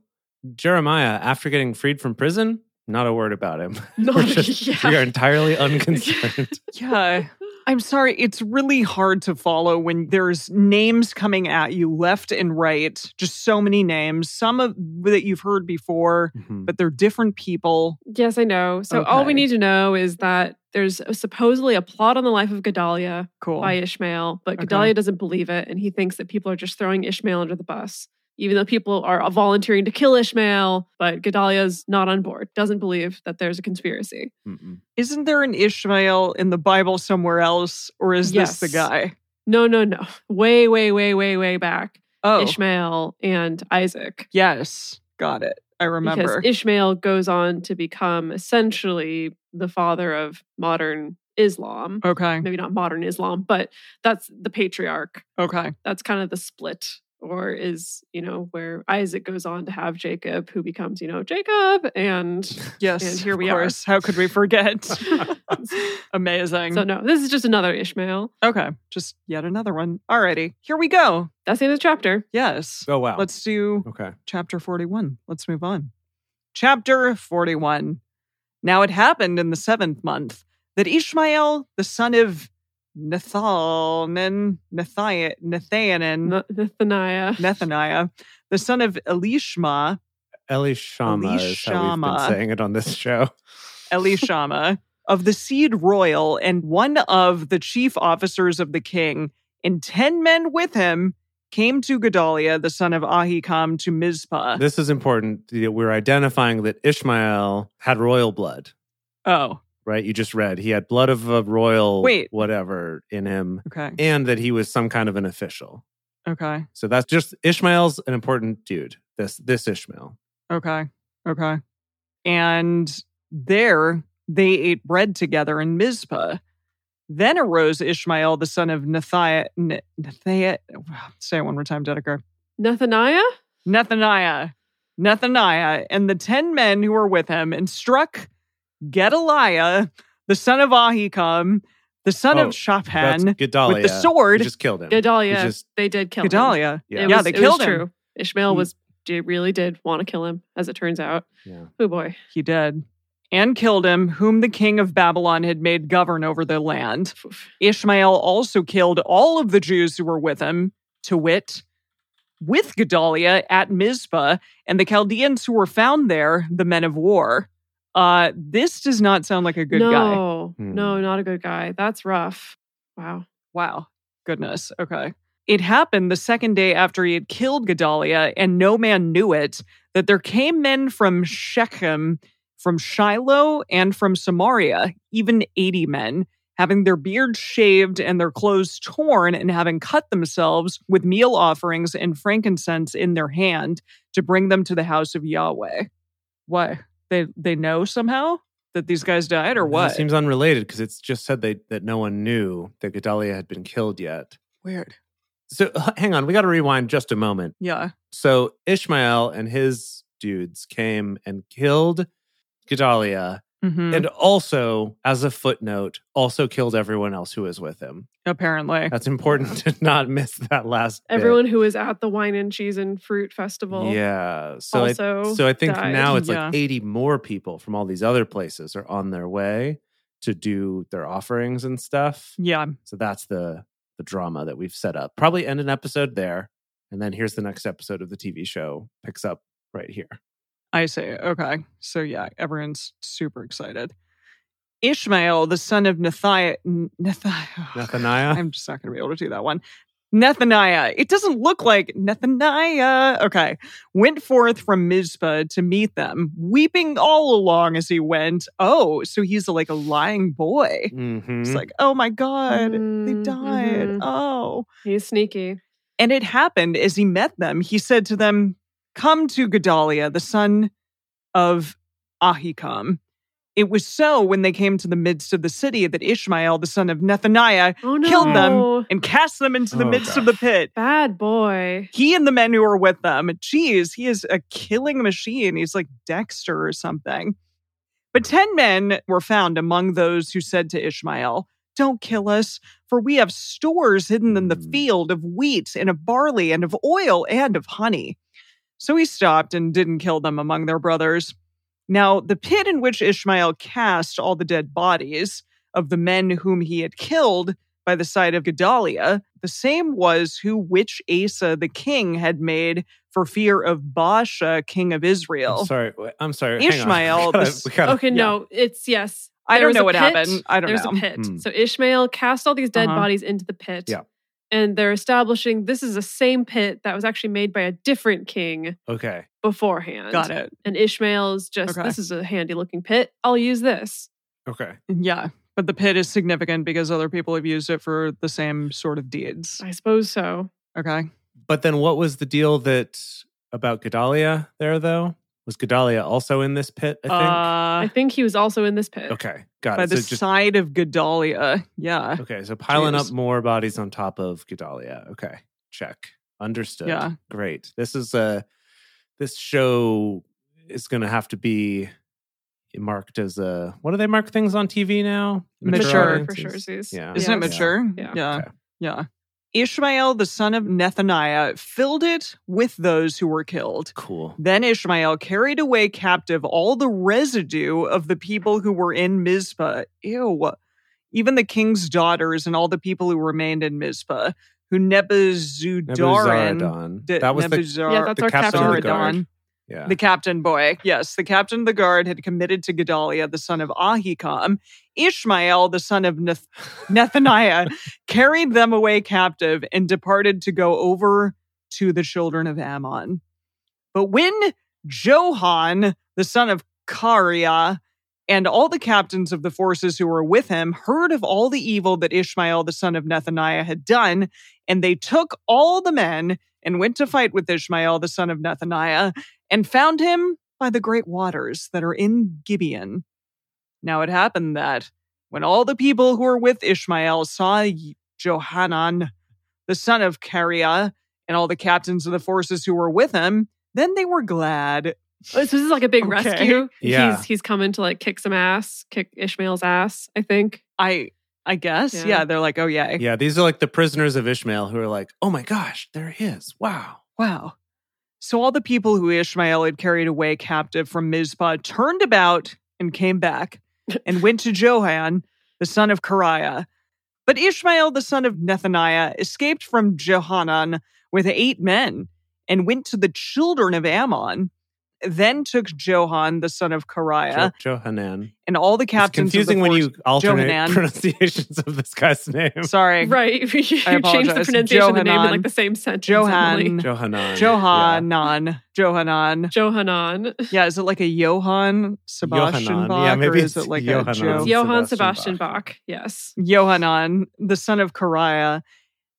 [SPEAKER 3] Jeremiah, after getting freed from prison, not a word about him.
[SPEAKER 4] Not,
[SPEAKER 3] We're just- We are entirely unconcerned.
[SPEAKER 2] Yeah. I'm sorry. It's really hard to follow when there's names coming at you left and right. Just so many names. Some of that you've heard before,
[SPEAKER 3] Mhm.
[SPEAKER 2] but they're different people.
[SPEAKER 4] Yes, I know. So all we
[SPEAKER 2] Okay.
[SPEAKER 4] need to know is that there's supposedly a plot on the life of Gedaliah
[SPEAKER 2] Cool.
[SPEAKER 4] by Ishmael, but
[SPEAKER 2] Okay.
[SPEAKER 4] Gedaliah doesn't believe it, and he thinks that people are just throwing Ishmael under the bus. Even though people are volunteering to kill Ishmael, but Gedaliah's not on board, doesn't believe that there's a conspiracy.
[SPEAKER 3] Mm-mm.
[SPEAKER 2] Isn't there an Ishmael in the Bible somewhere else, or is this
[SPEAKER 4] Yes.
[SPEAKER 2] the guy?
[SPEAKER 4] No, no, no. Way, way, way, way, way back.
[SPEAKER 2] Oh,
[SPEAKER 4] Ishmael and Isaac.
[SPEAKER 2] yes. Got it. I remember.
[SPEAKER 4] Because Ishmael goes on to become essentially the father of modern Islam.
[SPEAKER 2] okay.
[SPEAKER 4] Maybe not modern Islam, but that's the patriarch.
[SPEAKER 2] Okay.
[SPEAKER 4] That's kind of the split, or is, you know, where Isaac goes on to have Jacob, who becomes, you know, Jacob. And
[SPEAKER 2] Yes.
[SPEAKER 4] And here
[SPEAKER 2] of
[SPEAKER 4] we are.
[SPEAKER 2] course. How could we forget? Amazing.
[SPEAKER 4] so, no, this is just another Ishmael.
[SPEAKER 2] okay. Just yet another one. Alrighty. Here we go.
[SPEAKER 4] That's the end of the chapter.
[SPEAKER 2] Yes.
[SPEAKER 3] Oh, wow.
[SPEAKER 2] Let's do
[SPEAKER 3] okay.
[SPEAKER 2] chapter 41. Let's move on. Chapter 41. Now it happened in the seventh month that Ishmael, the son of Nethanan, Nethia- Nethanan,
[SPEAKER 4] N- Nethaniah.
[SPEAKER 2] Nethaniah, the son of Elishma,
[SPEAKER 3] Elishama is how we've been
[SPEAKER 2] Elishama.
[SPEAKER 3] saying it on this show.
[SPEAKER 2] Elishama, of the seed royal and one of the chief officers of the king, and ten men with him came to Gedaliah, the son of Ahikam, to Mizpah.
[SPEAKER 3] This is important. that We're identifying that Ishmael had royal blood,
[SPEAKER 2] Oh,
[SPEAKER 3] right? You just read he had blood of a royal
[SPEAKER 2] Wait.
[SPEAKER 3] whatever in him,
[SPEAKER 2] okay.
[SPEAKER 3] and that he was some kind of an official.
[SPEAKER 2] Okay.
[SPEAKER 3] So that's just Ishmael's an important dude. This this Ishmael.
[SPEAKER 2] Okay. Okay. And there they ate bread together in Mizpah. Then arose Ishmael, the son of Nathiah. N- Nathiah say it one more time, Dedeker.
[SPEAKER 4] Nathaniah?
[SPEAKER 2] Nethaniah. Nethaniah and the ten men who were with him and struck Gedaliah, the son of Ahikam, the son
[SPEAKER 3] Oh,
[SPEAKER 2] of
[SPEAKER 3] That's
[SPEAKER 2] Shaphan,
[SPEAKER 3] Gedaliah.
[SPEAKER 2] with the
[SPEAKER 3] He
[SPEAKER 2] sword.
[SPEAKER 3] just killed him.
[SPEAKER 4] Gedalia.
[SPEAKER 3] He just-
[SPEAKER 4] they did kill him.
[SPEAKER 2] Gedaliah.
[SPEAKER 3] Yeah.
[SPEAKER 4] It
[SPEAKER 2] Yeah,
[SPEAKER 4] was-
[SPEAKER 2] they
[SPEAKER 4] it
[SPEAKER 2] killed
[SPEAKER 4] was
[SPEAKER 2] him. Mm.
[SPEAKER 4] True. Ishmael
[SPEAKER 2] He-
[SPEAKER 4] was did, really did want to kill him, as it turns out.
[SPEAKER 3] yeah.
[SPEAKER 4] Oh boy.
[SPEAKER 2] He did. And killed him, whom the king of Babylon had made govern over the land.
[SPEAKER 4] Oof.
[SPEAKER 2] Ishmael also killed all of the Jews who were with him, to wit, with Gedaliah at Mizpah, and the Chaldeans who were found there, the men of war. Uh, this does not sound like a good guy.
[SPEAKER 4] no,
[SPEAKER 3] Hmm.
[SPEAKER 4] no, not a good guy. That's rough. Wow.
[SPEAKER 2] Wow. Goodness. Okay. It happened the second day after he had killed Gedaliah, and no man knew it, that there came men from Shechem, from Shiloh, and from Samaria, even 80 men, having their beards shaved and their clothes torn, and having cut themselves with meal offerings and frankincense in their hand to bring them to the house of Yahweh. What? They, they know somehow that these guys died or
[SPEAKER 3] It
[SPEAKER 2] what?
[SPEAKER 3] seems unrelated because it's just said they, that no one knew that Gedalia had been killed yet.
[SPEAKER 2] Weird.
[SPEAKER 3] So h- hang on, we got to rewind just a moment.
[SPEAKER 2] Yeah.
[SPEAKER 3] So Ishmael and his dudes came and killed Gedalia,
[SPEAKER 2] hmm
[SPEAKER 3] and also, as a footnote, also killed everyone else who was with him.
[SPEAKER 2] Apparently.
[SPEAKER 3] That's important to not miss that last. bit.
[SPEAKER 4] Everyone who was at the wine and cheese and fruit festival.
[SPEAKER 3] Yeah. So I,
[SPEAKER 4] also
[SPEAKER 3] so I think
[SPEAKER 4] died.
[SPEAKER 3] now it's
[SPEAKER 2] Yeah.
[SPEAKER 3] like 80 more people from all these other places are on their way to do their offerings and stuff.
[SPEAKER 2] Yeah.
[SPEAKER 3] So that's the the drama that we've set up. Probably end an episode there and then here's the next episode of the TV show picks up right here.
[SPEAKER 2] I see. Okay. So yeah, everyone's super excited. Ishmael, the son of Nethiah, Nethiah. oh,
[SPEAKER 3] Nathaniah.
[SPEAKER 2] I'm just not going to be able to do that one. Nethaniah. It doesn't look like Nethaniah. Okay. Went forth from Mizpah to meet them, weeping all along as he went. Oh, so he's like a lying boy.
[SPEAKER 3] Mhm.
[SPEAKER 2] It's like, oh my God, they
[SPEAKER 4] Mm,
[SPEAKER 2] died.
[SPEAKER 4] mhm.
[SPEAKER 2] Oh.
[SPEAKER 4] He's sneaky.
[SPEAKER 2] And it happened as he met them. He said to them, Come to Gedaliah, the son of Ahikam. It was so when they came to the midst of the city that Ishmael, the son of Nethaniah,
[SPEAKER 4] Oh no.
[SPEAKER 2] Killed them. and cast them into the
[SPEAKER 3] Oh,
[SPEAKER 2] midst of the
[SPEAKER 3] gosh.
[SPEAKER 2] pit.
[SPEAKER 4] Bad boy.
[SPEAKER 2] He and the men who were with them. Geez, he is a killing machine. He's like Dexter or something. But 10 men were found among those who said to Ishmael, Don't kill us, for we have stores hidden in the
[SPEAKER 3] Mm.
[SPEAKER 2] field of wheat and of barley and of oil and of honey. So he stopped and didn't kill them among their brothers. Now, the pit in which Ishmael cast all the dead bodies of the men whom he had killed by the side of Gedaliah, the same was who which Asa the king had made for fear of Baasha, king of Israel.
[SPEAKER 3] I'm sorry. wait, I'm sorry. hang on.
[SPEAKER 2] Ishmael,
[SPEAKER 3] We gotta-
[SPEAKER 2] this-
[SPEAKER 3] we gotta-
[SPEAKER 4] Okay,
[SPEAKER 2] yeah.
[SPEAKER 4] no, it's yes.
[SPEAKER 2] I
[SPEAKER 4] There
[SPEAKER 2] don't
[SPEAKER 4] was
[SPEAKER 2] know
[SPEAKER 4] a
[SPEAKER 2] what
[SPEAKER 4] pit.
[SPEAKER 2] happened. I don't
[SPEAKER 4] There's
[SPEAKER 2] know.
[SPEAKER 4] a pit.
[SPEAKER 3] Hmm.
[SPEAKER 4] So Ishmael cast all these dead
[SPEAKER 2] Uh-huh.
[SPEAKER 4] bodies into the pit.
[SPEAKER 3] Yeah.
[SPEAKER 4] And they're establishing this is the same pit that was actually made by a different king
[SPEAKER 3] okay.
[SPEAKER 4] beforehand.
[SPEAKER 2] Got it.
[SPEAKER 4] And Ishmael's just
[SPEAKER 2] Okay.
[SPEAKER 4] this is a handy looking pit. I'll use this.
[SPEAKER 3] Okay.
[SPEAKER 2] Yeah. But the pit is significant because other people have used it for the same sort of deeds.
[SPEAKER 4] I suppose so.
[SPEAKER 2] Okay.
[SPEAKER 3] But then what was the deal that about Gedalia there though? Was Gedalia also in this pit,
[SPEAKER 4] Uh,
[SPEAKER 3] I think?
[SPEAKER 4] I think he was also in this pit.
[SPEAKER 3] okay. Got
[SPEAKER 2] Uh, by
[SPEAKER 3] it. So
[SPEAKER 2] the
[SPEAKER 3] just
[SPEAKER 2] side of Gedalia. Yeah.
[SPEAKER 3] Okay, so piling
[SPEAKER 2] Jews.
[SPEAKER 3] up more bodies on top of Gedalia. Okay, check. Understood.
[SPEAKER 2] Yeah.
[SPEAKER 3] Great. This is a this show is going to have to be marked as a what do they mark things on TV now?
[SPEAKER 2] Mature.
[SPEAKER 4] For sure,
[SPEAKER 3] audiences?
[SPEAKER 4] Zeus.
[SPEAKER 3] Yeah.
[SPEAKER 2] Isn't it
[SPEAKER 4] Yes.
[SPEAKER 2] mature?
[SPEAKER 4] Yeah.
[SPEAKER 2] Yeah.
[SPEAKER 3] Okay.
[SPEAKER 2] Yeah. Ishmael, the son of Nethaniah, filled it with those who were killed.
[SPEAKER 3] Cool.
[SPEAKER 2] Then Ishmael carried away captive all the residue of the people who were in Mizpah. Ew. Even the king's daughters and all the people who remained in Mizpah, who Nebuchadnezzar.
[SPEAKER 3] Nebuzaradan. That was the
[SPEAKER 2] Nebuzar-
[SPEAKER 4] Yeah, that's
[SPEAKER 3] the
[SPEAKER 4] our
[SPEAKER 3] captain of the
[SPEAKER 4] captain.
[SPEAKER 3] guard.
[SPEAKER 2] Zaradan
[SPEAKER 3] Yeah.
[SPEAKER 2] the captain boy. Yes, the captain of the guard had committed to Gedaliah, the son of Ahikam. Ishmael, the son of Neth- Nethaniah, carried them away captive and departed to go over to the children of Ammon. But when Johan, the son of Kariah, and all the captains of the forces who were with him heard of all the evil that Ishmael, the son of Nethaniah, had done, and they took all the men and went to fight with Ishmael, the son of Nethaniah, and found him by the great waters that are in Gibeon. Now it happened that when all the people who were with Ishmael saw Johanan, the son of Kariah, and all the captains of the forces who were with him, then they were glad.
[SPEAKER 4] Oh, So this is like a big
[SPEAKER 2] Okay.
[SPEAKER 4] rescue.
[SPEAKER 3] Yeah.
[SPEAKER 4] He's he's coming to like kick some ass, kick Ishmael's ass, I think.
[SPEAKER 2] I I guess.
[SPEAKER 4] Yeah.
[SPEAKER 2] Yeah, they're like, oh yeah.
[SPEAKER 3] Yeah, these are like the prisoners of Ishmael who are like, oh my gosh, there he is. Wow.
[SPEAKER 2] Wow. So all the people who Ishmael had carried away captive from Mizpah turned about and came back and went to Johan, the son of Kariah. But Ishmael, the son of Nethaniah, escaped from Johanan with eight men and went to the children of Ammon. Then took Johan, the son of Kariah,
[SPEAKER 3] Jo- Johanan.
[SPEAKER 2] and all the
[SPEAKER 3] It's
[SPEAKER 2] captains.
[SPEAKER 3] confusing
[SPEAKER 2] of the
[SPEAKER 3] when you
[SPEAKER 2] force-
[SPEAKER 3] alternate
[SPEAKER 2] Johanan.
[SPEAKER 3] pronunciations of this guy's name.
[SPEAKER 2] Sorry,
[SPEAKER 4] Right. you change the
[SPEAKER 2] apologize.
[SPEAKER 4] pronunciation of the name in
[SPEAKER 2] Johanan.
[SPEAKER 4] like the same sentence.
[SPEAKER 2] Johan.
[SPEAKER 4] Emily.
[SPEAKER 3] Johanan. Yeah.
[SPEAKER 2] Johanan, Johanan.
[SPEAKER 4] Johanan.
[SPEAKER 2] Yeah, is it like a Johann Sebastian
[SPEAKER 3] Johanan.
[SPEAKER 2] Bach,
[SPEAKER 3] Yeah, maybe
[SPEAKER 2] or is
[SPEAKER 3] it's
[SPEAKER 2] it like
[SPEAKER 3] Johanan.
[SPEAKER 2] a
[SPEAKER 3] Oh,
[SPEAKER 2] Joe?
[SPEAKER 4] Johann
[SPEAKER 3] Sebastian
[SPEAKER 4] Sebastian
[SPEAKER 3] Bach.
[SPEAKER 4] Bach. Yes.
[SPEAKER 2] Johanan, the son of Kariah,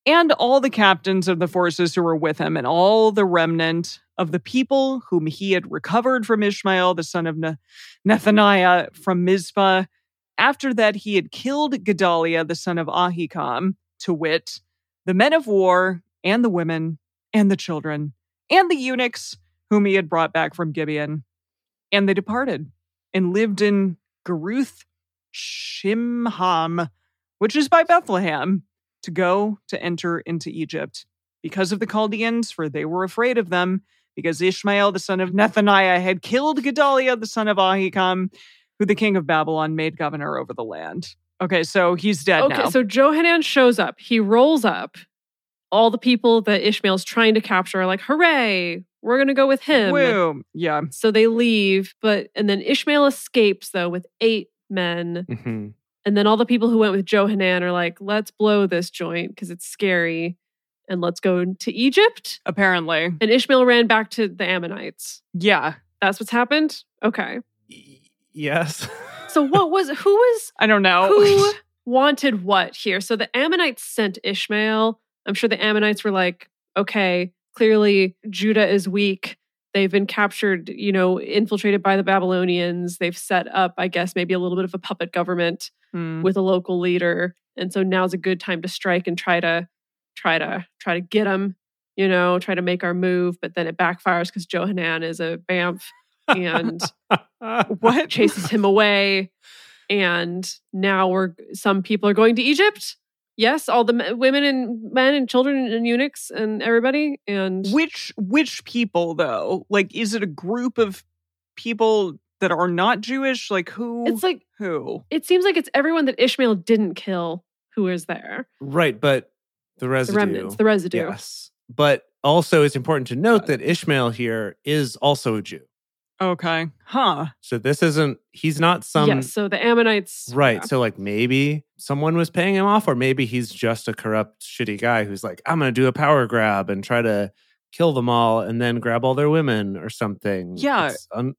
[SPEAKER 2] and all the captains of the forces who were with him, and all the remnant of the people whom he had recovered from Ishmael, the son of Ne- Nethaniah from Mizpah. After that, he had killed Gedaliah, the son of Ahikam, to wit, the men of war, and the women, and the children, and the eunuchs whom he had brought back from Gibeon. And they departed and lived in Garuth Shimham, which is by Bethlehem, to go to enter into Egypt because of the Chaldeans, for they were afraid of them, because Ishmael the son of Nethaniah had killed Gedaliah the son of Ahikam, who the king of Babylon made governor over the land. Okay, so he's dead
[SPEAKER 4] Okay,
[SPEAKER 2] now.
[SPEAKER 4] so Johanan shows up. He rolls up. All the people that Ishmael's trying to capture are like, hooray, we're gonna go with him.
[SPEAKER 2] Woo. Yeah.
[SPEAKER 4] So they leave, but and then Ishmael escapes though with eight men.
[SPEAKER 3] Mhm.
[SPEAKER 4] And then all the people who went with Johanan are like, let's blow this joint because it's scary and let's go to Egypt.
[SPEAKER 2] Apparently.
[SPEAKER 4] And Ishmael ran back to the Ammonites.
[SPEAKER 2] Yeah.
[SPEAKER 4] That's what's happened? Okay.
[SPEAKER 3] Y- Yes.
[SPEAKER 4] So what was who was
[SPEAKER 2] I don't know.
[SPEAKER 4] who wanted what here? So the Ammonites sent Ishmael. I'm sure the Ammonites were like, okay, clearly Judah is weak. They've been captured, you know, infiltrated by the Babylonians. They've set up, I guess, maybe a little bit of a puppet government
[SPEAKER 2] Hmm.
[SPEAKER 3] Mm-hmm.
[SPEAKER 4] with a local leader. And so now's a good time to strike and try to try to try to get them, you know, try to make our move, but then it backfires because Johanan is a BAMF and
[SPEAKER 2] What?
[SPEAKER 4] chases him away and now we're some people are going to egypt yes all the me- women and men and children and eunuchs and everybody and
[SPEAKER 2] Which which people though? Like, is it a group of people that are not Jewish? Like who?
[SPEAKER 4] it's like
[SPEAKER 2] who?
[SPEAKER 4] it seems like it's everyone that ishmael didn't kill who is there
[SPEAKER 3] right, but the
[SPEAKER 4] the
[SPEAKER 3] residue.
[SPEAKER 4] remnants the residue
[SPEAKER 3] Yes. But also, it's important to note that Ishmael here is also a Jew.
[SPEAKER 2] Okay. Huh.
[SPEAKER 3] So this isn't, he's not some.
[SPEAKER 4] yes so the ammonites
[SPEAKER 3] Right.
[SPEAKER 4] yeah.
[SPEAKER 3] So, like, maybe someone was paying him off, or maybe he's just a corrupt, shitty guy who's like, I'm going to do a power grab and try to kill them all and then grab all their women or something.
[SPEAKER 2] Yeah.
[SPEAKER 3] It's Un-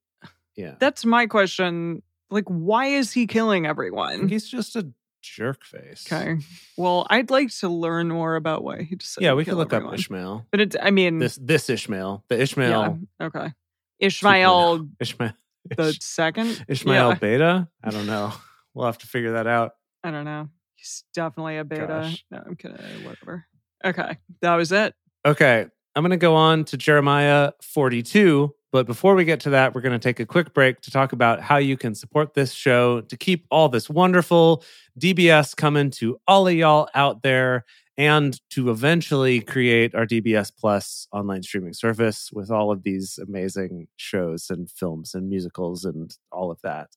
[SPEAKER 3] yeah.
[SPEAKER 2] That's my question. Like, why is he killing
[SPEAKER 3] I think
[SPEAKER 2] everyone?
[SPEAKER 3] he's just a jerk face.
[SPEAKER 2] Okay. Well, I'd like to learn more about why he decided.
[SPEAKER 3] Yeah,
[SPEAKER 2] to
[SPEAKER 3] we could
[SPEAKER 2] kill
[SPEAKER 3] look
[SPEAKER 2] everyone.
[SPEAKER 3] up Ishmael.
[SPEAKER 2] But it's. I mean,
[SPEAKER 3] This this Ishmael, the
[SPEAKER 2] yeah.
[SPEAKER 3] Ishmael,
[SPEAKER 2] Okay. Ishmael
[SPEAKER 3] Ishmael,
[SPEAKER 2] the second.
[SPEAKER 3] Ishmael
[SPEAKER 2] Yeah.
[SPEAKER 3] Beta. I don't know. We'll have to figure that out.
[SPEAKER 2] I don't know. He's definitely a beta.
[SPEAKER 3] Gosh.
[SPEAKER 2] No, I'm kidding. Whatever. Okay. That was it.
[SPEAKER 3] Okay, I'm going to go on to Jeremiah 42. But before we get to that, we're going to take a quick break to talk about how you can support this show to keep all this wonderful DBS coming to all of y'all out there and to eventually create our DBS Plus online streaming service with all of these amazing shows and films and musicals and all of that.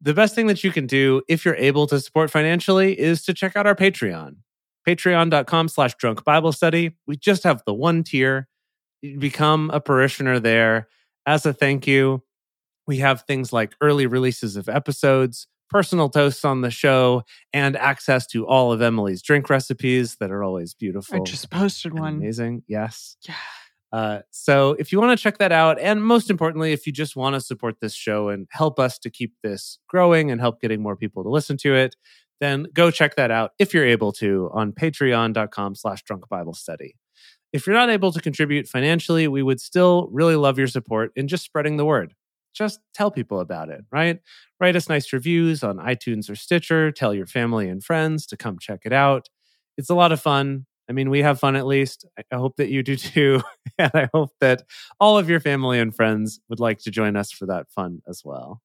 [SPEAKER 3] The best thing that you can do if you're able to support financially is to check out our Patreon patreon.com slash drunk bible study we just have the one tier You become a parishioner there. As a thank you, we have things like early releases of episodes, personal toasts on the show, and access to all of Emily's drink recipes that are always beautiful.
[SPEAKER 2] I just posted
[SPEAKER 3] and
[SPEAKER 2] one.
[SPEAKER 3] Amazing. Yes.
[SPEAKER 2] Yeah.
[SPEAKER 3] Uh, so if you want to check that out, and most importantly, if you just want to support this show and help us to keep this growing and help getting more people to listen to it, then go check that out if you're able to on patreon.com slash drunk Bible study. If you're not able to contribute financially, we would still really love your support in just spreading the word. Just tell people about it, right? Write us nice reviews on iTunes or Stitcher. Tell your family and friends to come check it out. It's a lot of fun. I mean, we have fun at least. I- I hope that you do too. and I hope that all of your family and friends would like to join us for that fun as well.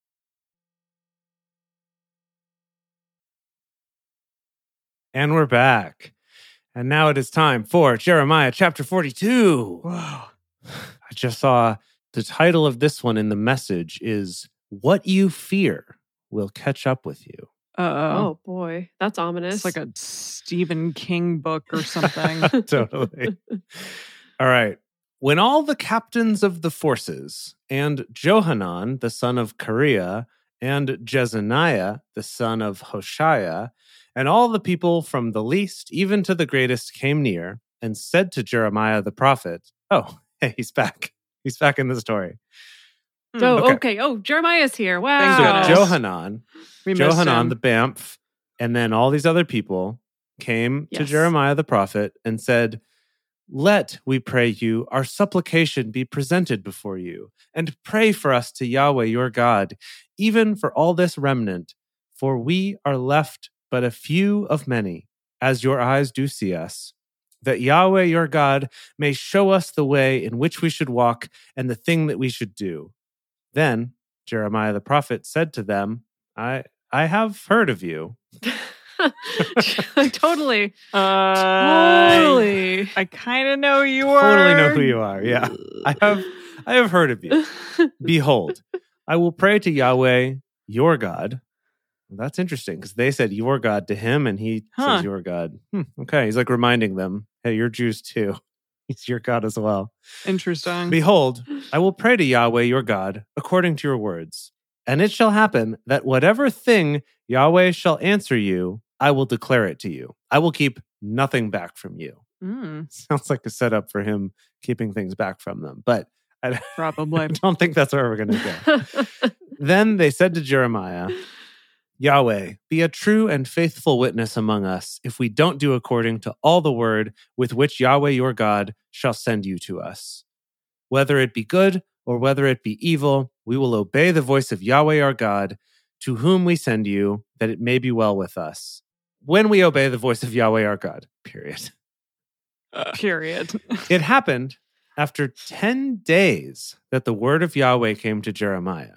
[SPEAKER 3] And we're back. And now it is time for Jeremiah chapter 42.
[SPEAKER 2] Whoa.
[SPEAKER 3] I just saw the title of this one in the message is What You Fear Will Catch Up With You.
[SPEAKER 2] Uh oh.
[SPEAKER 4] Oh boy, that's ominous.
[SPEAKER 2] It's like a Stephen King book or something.
[SPEAKER 3] totally. All right. When all the captains of the forces and Johanan, the son of Kareah, and Jezaniah, the son of Hoshea, and all the people from the least even to the greatest came near and said to Jeremiah the prophet, Oh, hey, he's back. He's back in the story.
[SPEAKER 2] Hmm.
[SPEAKER 4] So
[SPEAKER 3] okay.
[SPEAKER 4] okay. Oh, Jeremiah's here.
[SPEAKER 2] Thank
[SPEAKER 4] Wow.
[SPEAKER 3] So
[SPEAKER 2] goodness.
[SPEAKER 3] Johanan,
[SPEAKER 2] We missed
[SPEAKER 3] Johanan
[SPEAKER 2] him.
[SPEAKER 3] the Banff, and then all these other people came to
[SPEAKER 4] Yes.
[SPEAKER 3] Jeremiah the prophet and said, Let, we pray you, our supplication be presented before you, and pray for us to Yahweh your God, even for all this remnant, for we are left but a few of many, as your eyes do see us. That Yahweh your God may show us the way in which we should walk and the thing that we should do. Then Jeremiah the prophet said to them, I I have heard of you.
[SPEAKER 4] totally.
[SPEAKER 2] Uh,
[SPEAKER 4] totally.
[SPEAKER 2] I kind of know you are.
[SPEAKER 3] Totally know who you are. Yeah. I have I have heard of you. Behold, I will pray to Yahweh, your God. That's interesting because they said your God to him and he
[SPEAKER 2] Huh.
[SPEAKER 3] says your God. Hmm, okay. He's like reminding them, hey, you're Jews too. He's your God as well.
[SPEAKER 2] Interesting.
[SPEAKER 3] Behold, I will pray to Yahweh your God according to your words. And it shall happen that whatever thing Yahweh shall answer you, I will declare it to you. I will keep nothing back from you.
[SPEAKER 2] Mm,
[SPEAKER 3] Sounds like a setup for him keeping things back from them, but I I
[SPEAKER 2] probably.
[SPEAKER 3] don't think that's where we're going to go. then they said to Jeremiah, Yahweh, be a true and faithful witness among us if we don't do according to all the word with which Yahweh your God shall send you to us. Whether it be good or whether it be evil, we will obey the voice of Yahweh our God, to whom we send you, that it may be well with us. When we obey the voice of Yahweh our God, period.
[SPEAKER 2] Period.
[SPEAKER 3] It happened after 10 days that the word of Yahweh came to Jeremiah.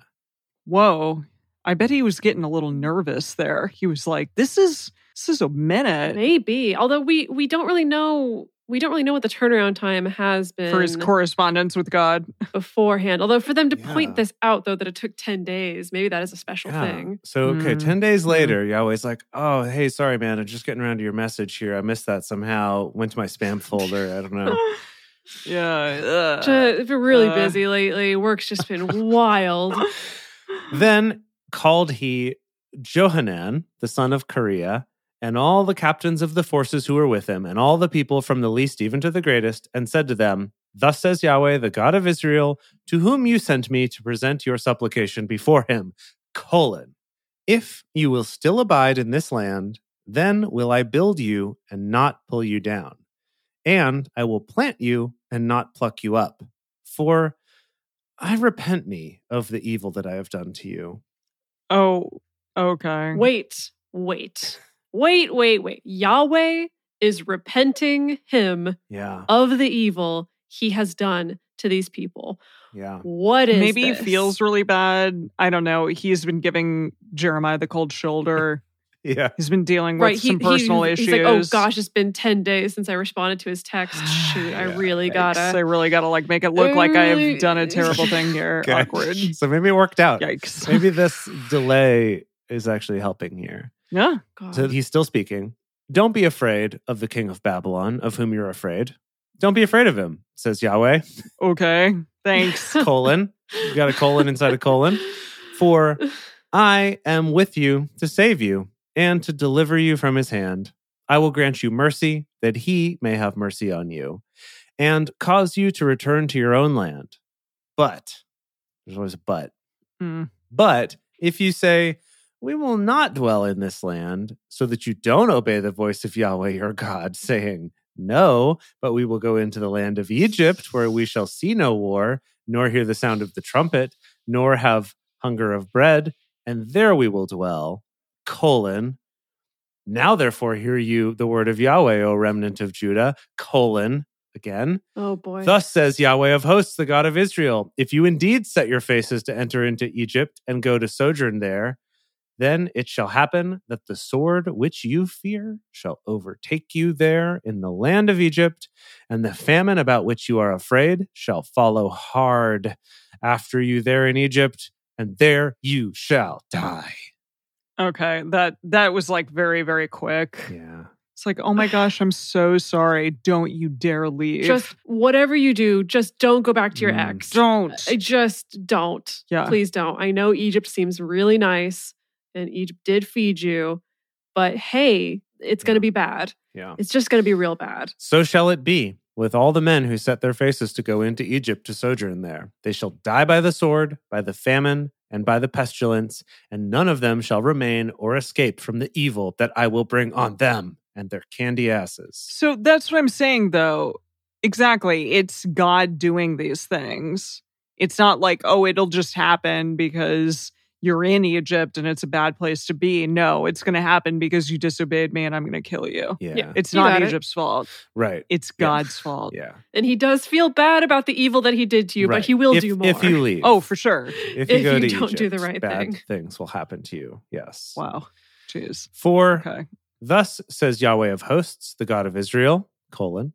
[SPEAKER 2] Whoa. I bet he was getting a little nervous there. He was like, this is this is a minute
[SPEAKER 4] Maybe. Although we we don't really know we don't really know what the turnaround time has been
[SPEAKER 2] for his correspondence with God.
[SPEAKER 4] beforehand. Although for them to
[SPEAKER 3] Yeah.
[SPEAKER 4] point this out though that it took 10 days, maybe that is a special
[SPEAKER 3] Yeah.
[SPEAKER 4] thing.
[SPEAKER 3] Ah, So, okay,
[SPEAKER 2] Mm.
[SPEAKER 3] 10 days later, Yahweh's like, oh, hey, sorry, man. I'm just getting around to your message here. I missed that somehow. Went to my spam folder. I don't know.
[SPEAKER 2] yeah. uh,
[SPEAKER 4] Ju- We've been really
[SPEAKER 2] uh.
[SPEAKER 4] busy lately. Work's just been wild.
[SPEAKER 3] then called he Johanan, the son of Kareah, and all the captains of the forces who were with him, and all the people from the least even to the greatest, and said to them, Thus says Yahweh, the God of Israel, to whom you sent me to present your supplication before him, colon. If you will still abide in this land, then will I build you and not pull you down, and I will plant you and not pluck you up. For I repent me of the evil that I have done to you.
[SPEAKER 2] oh, okay.
[SPEAKER 4] Wait, wait, wait, wait, wait. Yahweh is repenting him
[SPEAKER 3] Yeah,
[SPEAKER 4] of the evil he has done to these people.
[SPEAKER 3] yeah.
[SPEAKER 4] What is
[SPEAKER 2] Maybe
[SPEAKER 4] this?
[SPEAKER 2] he feels really bad. I don't know. He's been giving Jeremiah the cold shoulder.
[SPEAKER 3] Yeah.
[SPEAKER 2] He's been dealing with
[SPEAKER 4] right. He,
[SPEAKER 2] some personal
[SPEAKER 4] he,
[SPEAKER 2] issues.
[SPEAKER 4] He's like, oh gosh, it's been ten days since I responded to his text. Shoot, I
[SPEAKER 3] Yeah,
[SPEAKER 4] really
[SPEAKER 2] Yikes, I
[SPEAKER 4] gotta.
[SPEAKER 2] really gotta like make it look like I have done a terrible thing here.
[SPEAKER 3] Okay.
[SPEAKER 2] Awkward.
[SPEAKER 3] So maybe it worked out.
[SPEAKER 2] Yikes.
[SPEAKER 3] Maybe this delay is actually helping here.
[SPEAKER 2] Yeah.
[SPEAKER 4] God.
[SPEAKER 3] So he's still speaking. Don't be afraid of the king of Babylon, of whom you're afraid. Don't be afraid of him, says Yahweh.
[SPEAKER 2] Okay. Thanks.
[SPEAKER 3] colon. You got a colon inside a colon. For I am with you to save you and to deliver you from his hand. I will grant you mercy that he may have mercy on you and cause you to return to your own land. But, there's always a but.
[SPEAKER 2] Hmm.
[SPEAKER 3] But if you say, We will not dwell in this land, so that you don't obey the voice of Yahweh your God, saying, No, but we will go into the land of Egypt, where we shall see no war, nor hear the sound of the trumpet, nor have hunger of bread, and there we will dwell. Colon. Now therefore hear you the word of Yahweh, O remnant of Judah, colon again.
[SPEAKER 4] Oh boy.
[SPEAKER 3] Thus says Yahweh of hosts, the God of Israel If you indeed set your faces to enter into Egypt and go to sojourn there, then it shall happen that the sword which you fear shall overtake you there in the land of Egypt, and the famine about which you are afraid shall follow hard after you there in Egypt, and there you shall die.
[SPEAKER 2] Okay. That that was like very very quick.
[SPEAKER 3] Yeah.
[SPEAKER 2] It's like, "Oh my gosh, I'm so sorry. Don't you dare leave."
[SPEAKER 4] just whatever you do, just don't go back to your
[SPEAKER 3] Mm.
[SPEAKER 4] ex.
[SPEAKER 2] don't.
[SPEAKER 4] I just don't.
[SPEAKER 2] Yeah.
[SPEAKER 4] Please don't. I know Egypt seems really nice and Egypt did feed you, but hey, it's going
[SPEAKER 3] Yeah.
[SPEAKER 4] to be bad.
[SPEAKER 3] Yeah.
[SPEAKER 4] It's just going to be real bad.
[SPEAKER 3] So shall it be with all the men who set their faces to go into Egypt to sojourn there. They shall die by the sword, by the famine, and by the pestilence, and none of them shall remain or escape from the evil that I will bring on them and their candy asses.
[SPEAKER 2] So that's what I'm saying, though. Exactly. It's God doing these things. It's not like, oh, it'll just happen because you're in Egypt and it's a bad place to be. No, it's going to happen because you disobeyed me and I'm going to kill you.
[SPEAKER 3] Yeah.
[SPEAKER 4] Yeah.
[SPEAKER 2] It's
[SPEAKER 4] You
[SPEAKER 2] not
[SPEAKER 4] got it.
[SPEAKER 2] Egypt's fault.
[SPEAKER 3] Right.
[SPEAKER 2] It's
[SPEAKER 3] Yeah.
[SPEAKER 2] God's fault.
[SPEAKER 3] Yeah.
[SPEAKER 4] And he does feel bad about the evil that he did to you,
[SPEAKER 3] Right.
[SPEAKER 4] but he will
[SPEAKER 3] If-
[SPEAKER 4] do more.
[SPEAKER 3] If you leave.
[SPEAKER 2] Oh, for sure.
[SPEAKER 3] if you
[SPEAKER 4] if
[SPEAKER 3] go
[SPEAKER 4] you
[SPEAKER 3] to
[SPEAKER 4] don't do the
[SPEAKER 3] Egypt,
[SPEAKER 4] right
[SPEAKER 3] bad
[SPEAKER 4] thing.
[SPEAKER 3] things will happen to you. Yes.
[SPEAKER 2] Wow. Jeez.
[SPEAKER 3] For
[SPEAKER 2] Okay.
[SPEAKER 3] Thus says Yahweh of hosts, the God of Israel, colon,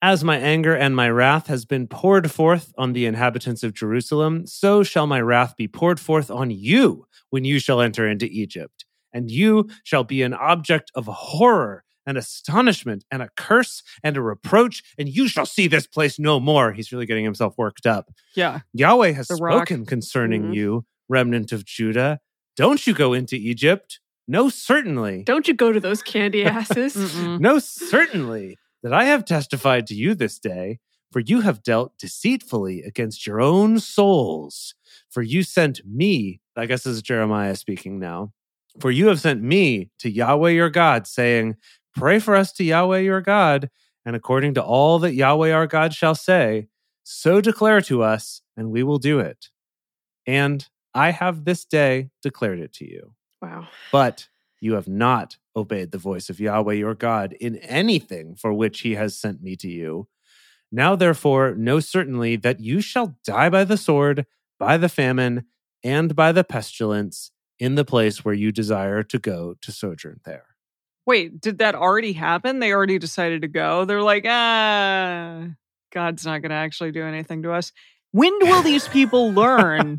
[SPEAKER 3] as my anger and my wrath has been poured forth on the inhabitants of Jerusalem, so shall my wrath be poured forth on you when you shall enter into Egypt. And you shall be an object of horror and astonishment and a curse and a reproach, and you shall see this place no more. He's really getting himself worked up.
[SPEAKER 2] Yeah.
[SPEAKER 3] Yahweh has
[SPEAKER 2] The rock. Mm-hmm.
[SPEAKER 3] spoken concerning
[SPEAKER 4] Mhm.
[SPEAKER 3] you, remnant of Judah. Don't you go into Egypt? No, certainly.
[SPEAKER 4] Don't you go to those candy asses.
[SPEAKER 2] Mm-mm.
[SPEAKER 3] No, certainly that I have testified to you this day, for you have dealt deceitfully against your own souls. For you sent me, I guess this is Jeremiah speaking now, for you have sent me to Yahweh your God, saying, Pray for us to Yahweh your God, and according to all that Yahweh our God shall say, so declare to us, and we will do it. And I have this day declared it to you.
[SPEAKER 4] Wow.
[SPEAKER 3] But you have not obeyed the voice of Yahweh your God in anything for which he has sent me to you. Now, therefore, know certainly that you shall die by the sword, by the famine, and by the pestilence in the place where you desire to go to sojourn there.
[SPEAKER 2] Wait, did that already happen? They already decided to go. They're like, ah, God's not going to actually do anything to us. When will these people learn?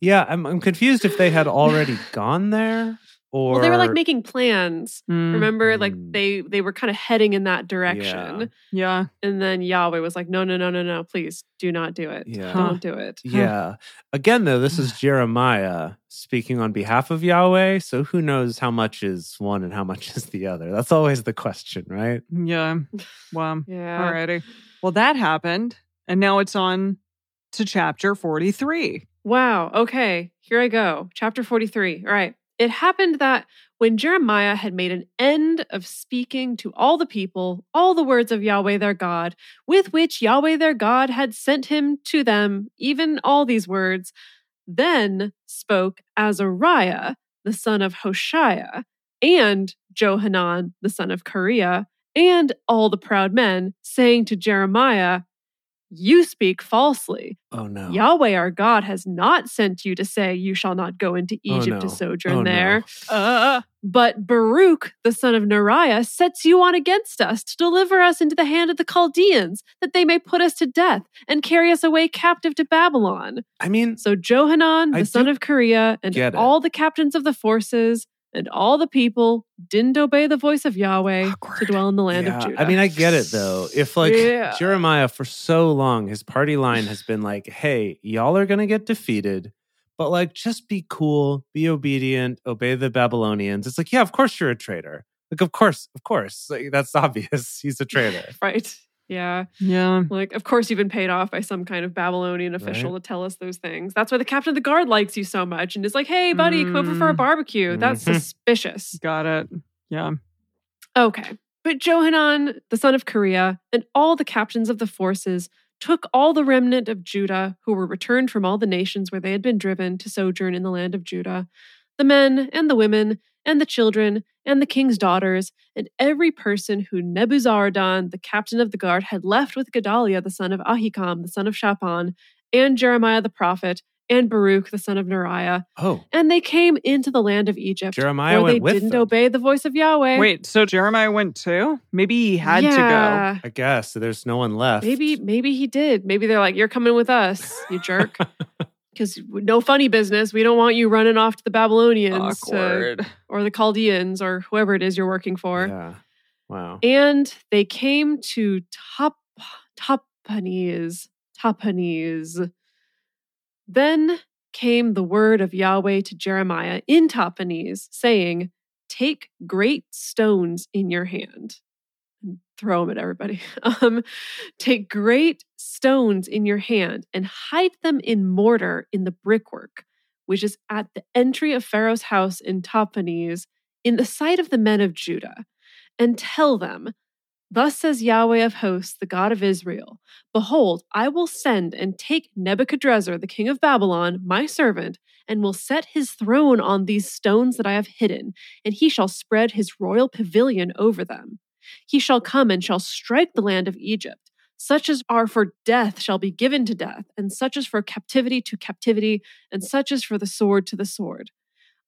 [SPEAKER 3] yeah, I'm, I'm confused if they had already gone there or.
[SPEAKER 4] Well, they were like making plans.
[SPEAKER 2] Mm,
[SPEAKER 4] Remember, like
[SPEAKER 3] Mm.
[SPEAKER 4] they they were kind of heading in that direction,
[SPEAKER 3] Yeah.
[SPEAKER 2] yeah.
[SPEAKER 4] and then Yahweh was like, "No, no, no, no, no! Please do not do it.
[SPEAKER 3] Yeah.
[SPEAKER 4] Don't do it."
[SPEAKER 3] Yeah. Again, though, this is Jeremiah speaking on behalf of Yahweh. So who knows how much is one and how much is the other? That's always the question, right?
[SPEAKER 2] Yeah. Wow.
[SPEAKER 4] Yeah.
[SPEAKER 2] Alrighty. Well, that happened. And now it's on to chapter 43.
[SPEAKER 4] Wow. Okay. Here I go. Chapter 43. All right. It happened that when Jeremiah had made an end of speaking to all the people, all the words of Yahweh their God, with which Yahweh their God had sent him to them, even all these words, then spoke Azariah, the son of Hoshea, and Johanan, the son of Kareah, and all the proud men, saying to Jeremiah, You speak falsely.
[SPEAKER 3] Oh, no.
[SPEAKER 4] Yahweh our God has not sent you to say, You shall not go into
[SPEAKER 3] Oh,
[SPEAKER 4] Egypt
[SPEAKER 3] no.
[SPEAKER 4] to sojourn
[SPEAKER 3] Oh, no.
[SPEAKER 4] there.
[SPEAKER 2] Uh,
[SPEAKER 4] But Baruch, the son of Neriah, sets you on against us to deliver us into the hand of the Chaldeans, that they may put us to death and carry us away captive to Babylon.
[SPEAKER 3] I mean,
[SPEAKER 4] So Johanan,
[SPEAKER 3] I
[SPEAKER 4] the son
[SPEAKER 3] do
[SPEAKER 4] of Korea, and
[SPEAKER 3] get it.
[SPEAKER 4] all the captains of the forces, and all the people didn't obey the voice of Yahweh to
[SPEAKER 2] Awkward.
[SPEAKER 4] dwell in the land
[SPEAKER 3] Oh, Yeah,
[SPEAKER 4] of Judah.
[SPEAKER 3] I mean, I get it though. If like
[SPEAKER 4] Yeah.
[SPEAKER 3] Jeremiah for so long, his party line has been like, hey, y'all are gonna get defeated, but like just be cool, be obedient, obey the Babylonians. It's like, yeah, of course you're a traitor. Like, of course, of course. Like, that's obvious. He's a traitor.
[SPEAKER 4] right. Yeah.
[SPEAKER 2] Yeah.
[SPEAKER 4] Like, of course, you've been paid off by some kind of Babylonian official to tell us those things. That's why the captain of the guard likes you so much and is like, hey, buddy, come over for a
[SPEAKER 2] Mm.
[SPEAKER 4] barbecue. That's
[SPEAKER 3] Mhm.
[SPEAKER 4] suspicious.
[SPEAKER 2] Got it. Yeah.
[SPEAKER 4] Okay. But Johanan, the son of Korea, and all the captains of the forces took all the remnant of Judah who were returned from all the nations where they had been driven to sojourn in the land of Judah the men and the women and the children and the king's daughters and every person who Nebuzaradan, the captain of the guard, had left with Gedaliah, the son of Ahikam, the son of Shaphan, and Jeremiah the prophet, and Baruch, the son of Neriah.
[SPEAKER 3] Oh,
[SPEAKER 4] And they came into the land of Egypt.
[SPEAKER 3] Jeremiah
[SPEAKER 4] where
[SPEAKER 3] went
[SPEAKER 4] they
[SPEAKER 3] with
[SPEAKER 4] didn't
[SPEAKER 3] them.
[SPEAKER 4] obey the voice of Yahweh.
[SPEAKER 2] Wait, so Jeremiah went too? Maybe he had to
[SPEAKER 3] I guess so there's no one left.
[SPEAKER 4] Maybe, maybe he did. Maybe they're like, "You're coming with us, you jerk," because no funny business. We don't want you running off to the
[SPEAKER 2] go.
[SPEAKER 4] Babylonians to-
[SPEAKER 2] Awkward.
[SPEAKER 4] or the Chaldeans or whoever it is you're working for.
[SPEAKER 3] Yeah. Wow.
[SPEAKER 4] And they came to Top Tapanes, Tapanes. Then came the word of Yahweh to Jeremiah in Tapanes, saying, "Take great stones in your hand." and Throw them at everybody. Um, take great stones in your hand and hide them in mortar in the brickwork, which is at the entry of Pharaoh's house in Tapanes, in the sight of the men of Judah and tell them, Thus says Yahweh of hosts, the God of Israel Behold, I will send and take Nebuchadrezzar, the king of Babylon, my servant, and will set his throne on these stones that I have hidden, and he shall spread his royal pavilion over them. He shall come and shall strike the land of Egypt. Such as are for death shall be given to death, and such as for captivity to captivity, and such as for the sword to the sword.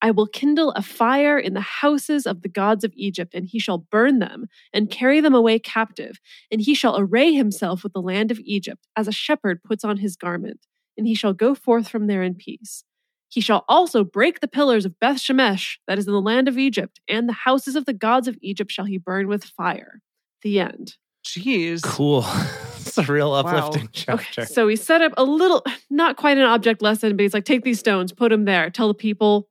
[SPEAKER 4] I will kindle a fire in the houses of the gods of Egypt, and he shall burn them and carry them away captive. And he shall array himself with the land of Egypt, as a shepherd puts on his garment, and he shall go forth from there in peace. He shall also break the pillars of Beth Shemesh, that is in the land of Egypt, and the houses of the gods of Egypt shall he burn with fire. The end.
[SPEAKER 2] Jeez.
[SPEAKER 3] Cool. it's a real uplifting chapter.
[SPEAKER 4] Okay, so he set up a little, not quite an object lesson, but he's like, take these stones, put them there, tell the people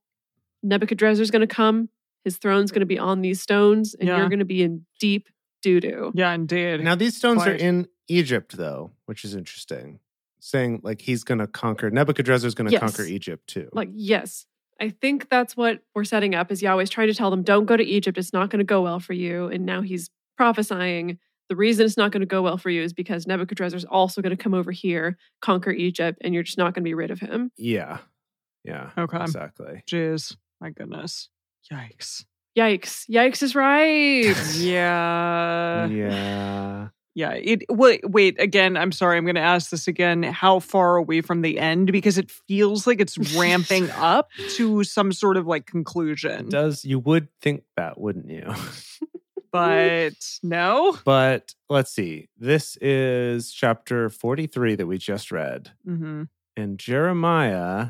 [SPEAKER 4] Nebuchadrezzar's going to come, his throne's going to be on these stones, and
[SPEAKER 2] Yeah.
[SPEAKER 4] you're going to be in deep doo doo.
[SPEAKER 2] Yeah, indeed.
[SPEAKER 3] Now these stones are
[SPEAKER 2] Quiet.
[SPEAKER 3] in Egypt though, which is interesting. Saying like he's going to conquer Nebuchadrezzar's going to
[SPEAKER 4] Yes.
[SPEAKER 3] conquer Egypt too.
[SPEAKER 4] Like, yes, I think that's what we're setting up is Yahweh's trying to tell them, don't go to Egypt. It's not going to go well for you. And now he's prophesying the reason it's not going to go well for you is because Nebuchadrezzar's also going to come over here, conquer Egypt, and you're just not going to be rid of him.
[SPEAKER 3] yeah. Yeah.
[SPEAKER 2] Okay.
[SPEAKER 3] Exactly.
[SPEAKER 2] Jeez. My goodness. Yikes.
[SPEAKER 4] Yikes. Yikes is right. Uh.
[SPEAKER 2] Yeah.
[SPEAKER 3] yeah.
[SPEAKER 2] Yeah. It wait, wait, again, I'm sorry, I'm gonna ask this again. How far away from the end? Because it feels like it's ramping up to some sort of like
[SPEAKER 3] It
[SPEAKER 2] conclusion.
[SPEAKER 3] does you would think that, wouldn't you?
[SPEAKER 2] But no.
[SPEAKER 3] but let's see. This is chapter 43 that we just read.
[SPEAKER 2] Mm-hmm.
[SPEAKER 3] and Jeremiah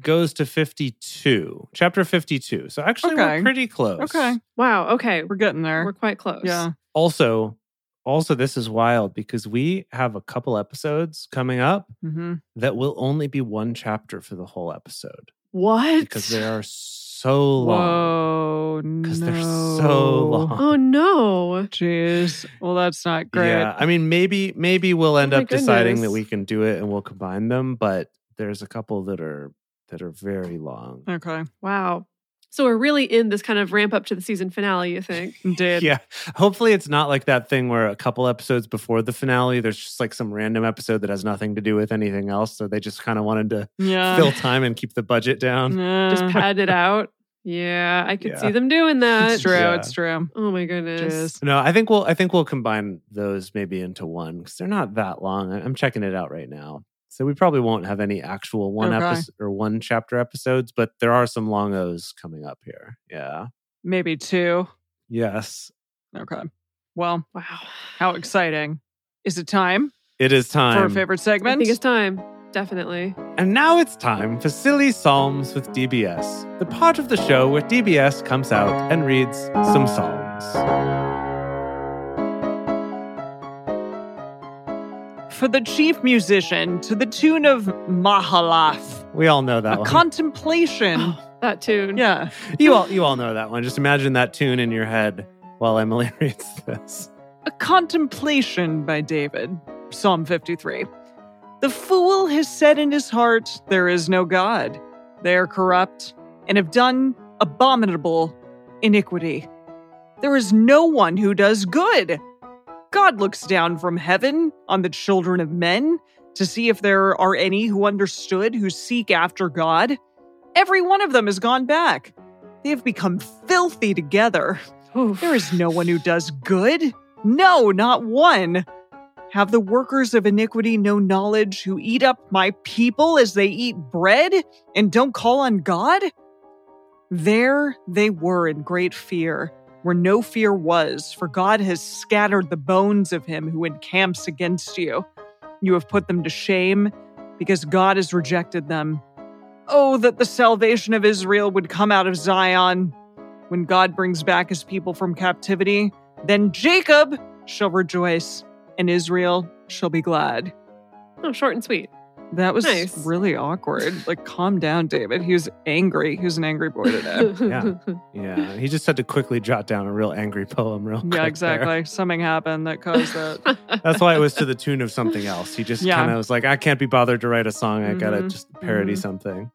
[SPEAKER 3] goes to 52, chapter 52. So actually, we're
[SPEAKER 2] Okay.
[SPEAKER 3] pretty close.
[SPEAKER 2] Okay.
[SPEAKER 4] Wow. Okay.
[SPEAKER 2] We're getting
[SPEAKER 4] We're
[SPEAKER 2] there.
[SPEAKER 4] quite close.
[SPEAKER 2] Yeah.
[SPEAKER 3] Also, also, this is wild because we have a couple episodes coming up
[SPEAKER 2] Mm-hmm.
[SPEAKER 3] that will only be one chapter for the whole episode
[SPEAKER 4] What?
[SPEAKER 3] because they are so long.
[SPEAKER 2] Whoa. Because
[SPEAKER 3] Because they're so long.
[SPEAKER 4] Oh no.
[SPEAKER 2] Jeez. Well, that's not great.
[SPEAKER 3] Yeah, I mean, maybe maybe we'll end
[SPEAKER 4] Oh my
[SPEAKER 3] up deciding that
[SPEAKER 4] goodness.
[SPEAKER 3] we can do it and we'll combine them, but there's a couple that are that are very long.
[SPEAKER 2] Okay.
[SPEAKER 4] Wow. So we're really in this kind of ramp up to the season finale, you think?
[SPEAKER 2] Did.
[SPEAKER 3] Yeah. Hopefully, it's not like that thing where a couple episodes before the finale, there's just like some random episode that has nothing to do with anything else. So they just kind of wanted to
[SPEAKER 2] Yeah. Mm.
[SPEAKER 3] fill time and keep the budget down.
[SPEAKER 4] Just
[SPEAKER 2] Nah.
[SPEAKER 4] pad it out. Yeah, I could
[SPEAKER 3] Yeah.
[SPEAKER 4] see them doing
[SPEAKER 2] It's
[SPEAKER 4] that.
[SPEAKER 2] true.
[SPEAKER 3] Yeah.
[SPEAKER 2] It's true.
[SPEAKER 4] Oh my goodness.
[SPEAKER 2] Jeez.
[SPEAKER 3] No, I think we'll I think we'll combine those maybe into one because they're not that long. I- I'm checking it out right now, so we probably won't have any actual one
[SPEAKER 2] Okay.
[SPEAKER 3] episode or one chapter episodes, but there are some long O's coming up here. Yeah.
[SPEAKER 2] Maybe two.
[SPEAKER 3] Yes,
[SPEAKER 2] Okay. Well,
[SPEAKER 4] Wow.
[SPEAKER 2] how exciting. Is it time
[SPEAKER 3] it is time.
[SPEAKER 2] for a favorite
[SPEAKER 4] I
[SPEAKER 2] segment?
[SPEAKER 4] think it's time. Definitely.
[SPEAKER 3] And now it's time for Silly Psalms with DBS, the part of the show where DBS comes out and reads some psalms.
[SPEAKER 2] For the chief musician, to the tune of Mahalath,
[SPEAKER 3] We all know
[SPEAKER 2] a
[SPEAKER 3] that one.
[SPEAKER 2] contemplation.
[SPEAKER 4] That tune.
[SPEAKER 2] yeah.
[SPEAKER 3] you all you all know that one. Just imagine that tune in your head while Emily reads this.
[SPEAKER 2] A Contemplation by David, Psalm 53. The fool has said in his heart, There is no God. They are corrupt and have done abominable iniquity. There is no one who does good. God looks down from heaven on the children of men to see if there are any who understood, who seek after God. Every one of them has gone back. They have become filthy together.
[SPEAKER 4] Oof.
[SPEAKER 2] There is no one who does good. No, not one. Have the workers of iniquity no knowledge who eat up my people as they eat bread and don't call on God? There they were in great fear, where no fear was, for God has scattered the bones of him who encamps against you. You have put them to shame because God has rejected them. Oh, that the salvation of Israel would come out of Zion. When God brings back his people from captivity, then Jacob shall rejoice and Israel shall be glad.
[SPEAKER 4] Oh, short and sweet.
[SPEAKER 2] That was
[SPEAKER 4] Nice.
[SPEAKER 2] really awkward. Like, calm down, David. He was angry. He was an angry boy today.
[SPEAKER 3] Yeah. Yeah, he just had to quickly jot down a real angry poem, real quick.
[SPEAKER 2] yeah,
[SPEAKER 3] there.
[SPEAKER 2] exactly. Something happened that caused that.
[SPEAKER 3] That's why it was to the tune of something else. He just
[SPEAKER 2] Yeah.
[SPEAKER 3] kind of was like, I can't be bothered to write a song. I gotta
[SPEAKER 2] Mhm.
[SPEAKER 3] just parody
[SPEAKER 2] Mhm.
[SPEAKER 3] something.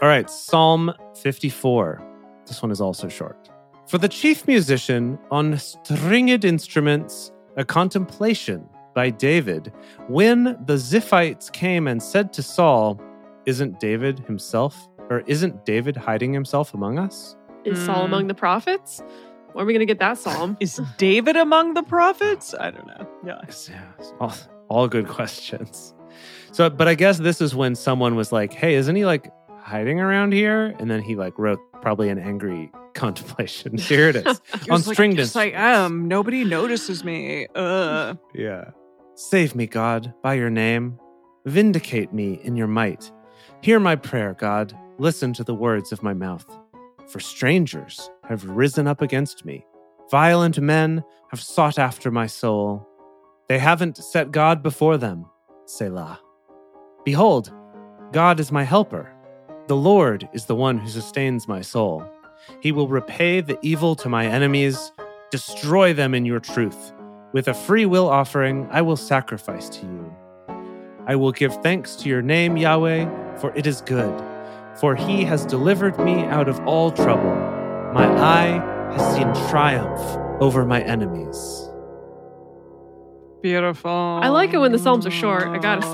[SPEAKER 3] All right, Psalm 54. This one is also short. For the chief musician on stringed instruments, a contemplation by David. When the Ziphites came and said to Saul, Isn't David himself, or isn't David hiding himself among us?
[SPEAKER 4] Is Saul
[SPEAKER 2] Mm.
[SPEAKER 4] among the prophets? Where are we going to get that psalm?
[SPEAKER 2] Is David among the prophets? I don't know. Yeah.
[SPEAKER 3] Yes, yes. All, all good questions. So, but I guess this is when someone was like, "Hey, isn't he like hiding around here?" And then he like wrote probably an angry contemplation. Here it is.
[SPEAKER 2] He
[SPEAKER 3] On
[SPEAKER 2] was like,
[SPEAKER 3] stringed
[SPEAKER 2] Yes, I am. Nobody notices me. Uh,
[SPEAKER 3] yeah. Save me, God, by your name. Vindicate me in your might. Hear my prayer, God. Listen to the words of my mouth. For strangers have risen up against me. Violent men have sought after my soul. They haven't set God before them. Selah. Behold, God is my helper. The Lord is the one who sustains my soul. He will repay the evil to my enemies, destroy them in your truth. With a free will offering, I will sacrifice to you. I will give thanks to your name, Yahweh, for it is good. For he has delivered me out of all trouble. My eye has seen triumph over my enemies.
[SPEAKER 2] beautiful. I
[SPEAKER 4] like it when the psalms are short, I gotta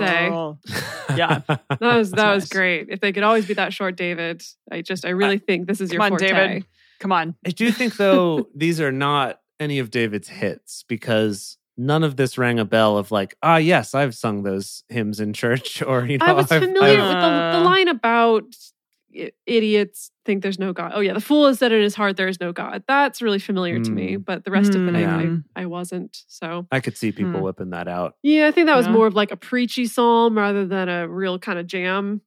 [SPEAKER 4] say.
[SPEAKER 2] Yeah.
[SPEAKER 4] That was that was
[SPEAKER 2] nice.
[SPEAKER 4] great. If they could always be that short, David. I just I really think this is your
[SPEAKER 2] come on,
[SPEAKER 4] forte.
[SPEAKER 2] David. Come on.
[SPEAKER 3] I do think, though, these are not any of David's hits because none of this rang a bell of like, ah, yes, I've sung those hymns in church, or you know,
[SPEAKER 4] I was
[SPEAKER 3] I've-
[SPEAKER 4] familiar
[SPEAKER 3] I've-
[SPEAKER 4] with the, the
[SPEAKER 2] Uh,
[SPEAKER 4] line about i- idiots think there's no God. Oh yeah, the fool has said in his heart there is no God. That's really familiar to me,
[SPEAKER 3] Mm.
[SPEAKER 4] but the rest of it I-
[SPEAKER 2] Mm.
[SPEAKER 4] I, I wasn't. So
[SPEAKER 3] I could see people
[SPEAKER 2] Hmm.
[SPEAKER 3] whipping that out.
[SPEAKER 4] yeah, I think that was
[SPEAKER 2] Yeah.
[SPEAKER 4] more of like a preachy psalm rather than a real kind of jam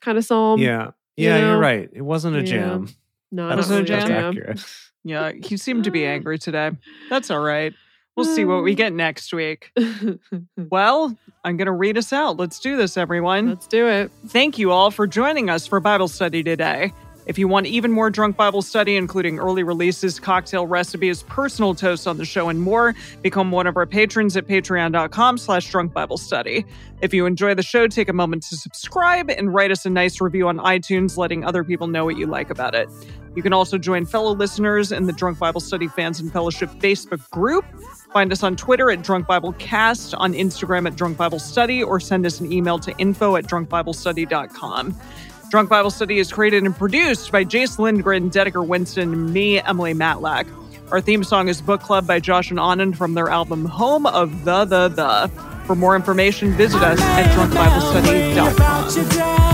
[SPEAKER 4] kind of psalm.
[SPEAKER 3] yeah.
[SPEAKER 4] Um, you
[SPEAKER 3] Yeah, you are
[SPEAKER 4] know?
[SPEAKER 3] right. It wasn't a
[SPEAKER 4] Yeah.
[SPEAKER 3] jam.
[SPEAKER 4] not
[SPEAKER 3] That's,
[SPEAKER 2] Wasn't a
[SPEAKER 4] really
[SPEAKER 3] that's
[SPEAKER 2] jam?
[SPEAKER 3] accurate.
[SPEAKER 2] Yeah. He seemed to be angry today. That's all right. We'll see what we get next week. Well, I'm going to read us out. Let's do this, everyone.
[SPEAKER 4] Let's do it.
[SPEAKER 2] Thank you all for joining us for Bible study today. If you want even more drunk Bible study, including early releases, cocktail recipes, personal toasts on the show, and more, become one of our patrons at patreon.com slash drunk Bible study. If you enjoy the show, take a moment to subscribe and write us a nice review on iTunes, letting other people know what you like about it. You can also join fellow listeners in the Drunk Bible Study Fans and Fellowship Facebook group. Find us on Twitter at Drunk Bible Cast, on Instagram at Drunk Bible Study, or send us an email to info at drunkbiblestudy.com. Drunk Bible Study is created and produced by Jace Lindgren, Dedeker Winston, and me, Emily Matlack. Our theme song is Book Club by Josh and Anand from their album Home of the The The. For more information, visit us at
[SPEAKER 1] I'm mad
[SPEAKER 2] drunkbiblestudy.com.
[SPEAKER 1] about you, Dad.